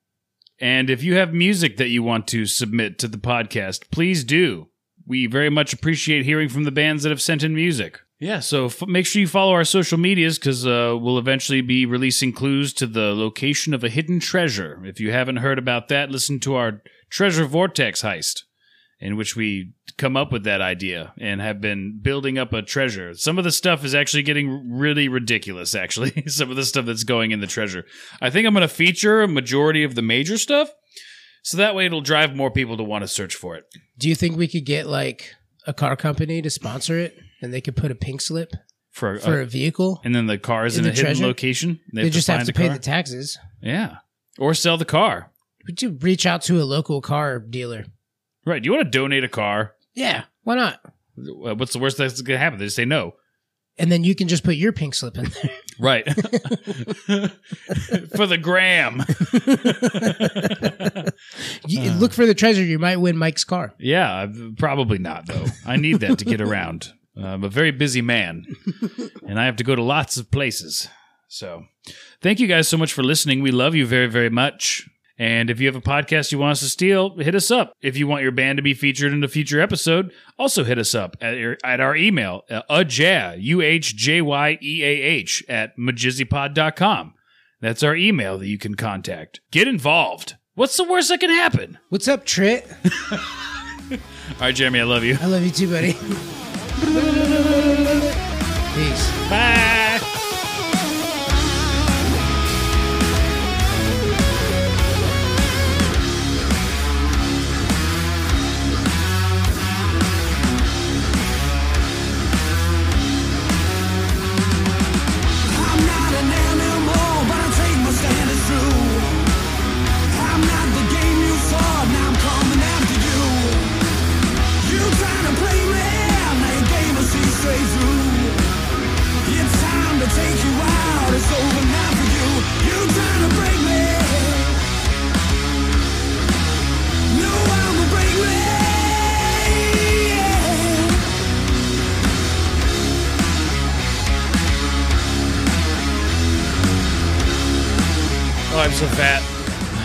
S10: And if you have music that you want to submit to the podcast, please do. We very much appreciate hearing from the bands that have sent in music. Yeah, so f- make sure you follow our social medias because uh, we'll eventually be releasing clues to the location of a hidden treasure. If you haven't heard about that, listen to our Treasure Vortex heist, in which we come up with that idea and have been building up a treasure. Some of the stuff is actually getting really ridiculous, actually. *laughs* Some of the stuff that's going in the treasure. I think I'm going to feature a majority of the major stuff. So that way it'll drive more people to want to search for it.
S4: do you think we could get like a car company to sponsor it and they could put a pink slip
S10: For,
S4: for
S10: uh,
S4: a vehicle
S10: and then the car is
S4: in
S10: in,
S4: the
S10: a hidden
S4: treasure?
S10: location.
S4: they, just have
S10: find
S4: to pay
S10: car.
S4: the taxes
S10: yeah. Or sell the car.
S4: would you reach out to a local car dealer
S10: Right. You want to donate a car?
S4: yeah why not
S10: Uh, What's the worst that's going to happen? They just say no.
S4: and then you can just put your pink slip in there
S10: Right. *laughs* for the gram.
S4: You- look for the treasure you might win mike's car
S10: Yeah, I've- probably not though. I need that to get around. I'm a very busy man, and I have to go to lots of places. So, thank you guys so much for listening. We love you very, very much. And if you have a podcast you want us to steal, hit us up. If you want your band to be featured in a future episode, also hit us up at, your, at our email, uh, uhjay, U-H-J-Y-E-A-H, E at majizzypod.com. That's our email that you can contact. Get involved. What's the worst that can happen?
S4: what's up trit
S10: All right, Jeremy, I love you. *laughs*
S4: i love you too buddy peace
S10: Bye.
S6: I'm not an animal, but I take my stand as true. I'm not the
S10: Oh, so fat.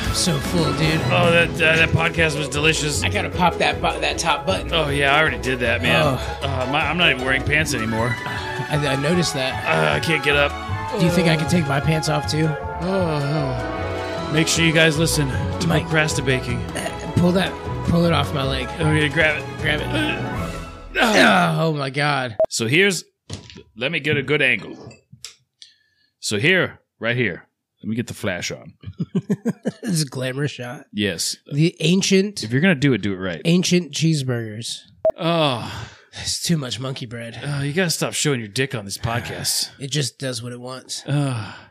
S4: I'm so full, dude.
S10: Oh, that uh, that podcast was delicious.
S4: I gotta pop that bu- that top button.
S10: Oh yeah, I already did that, man.
S4: Oh.
S10: Uh, my, I'm not even wearing pants anymore.
S4: I, I noticed that.
S10: Uh, I can't get up.
S4: Do you think I can take my pants off too?
S10: Oh, Make sure you guys listen to
S4: Mike.
S10: procrastinating.
S4: Pull that, pull it off my leg.
S10: I'm gonna grab it.
S4: Grab it. Oh my god.
S5: So here's, let me get a good angle. So here, right here, let me get the flash on.
S4: This is a glamour shot.
S5: Yes,
S4: The ancient,
S5: if you're gonna do it, do it right.
S4: ancient cheeseburgers.
S10: Oh, uh,
S4: It's too much monkey bread.
S5: *sighs*
S10: oh, you gotta stop showing your dick on this podcast.
S5: Uh,
S4: It just does what it wants.
S10: Ah.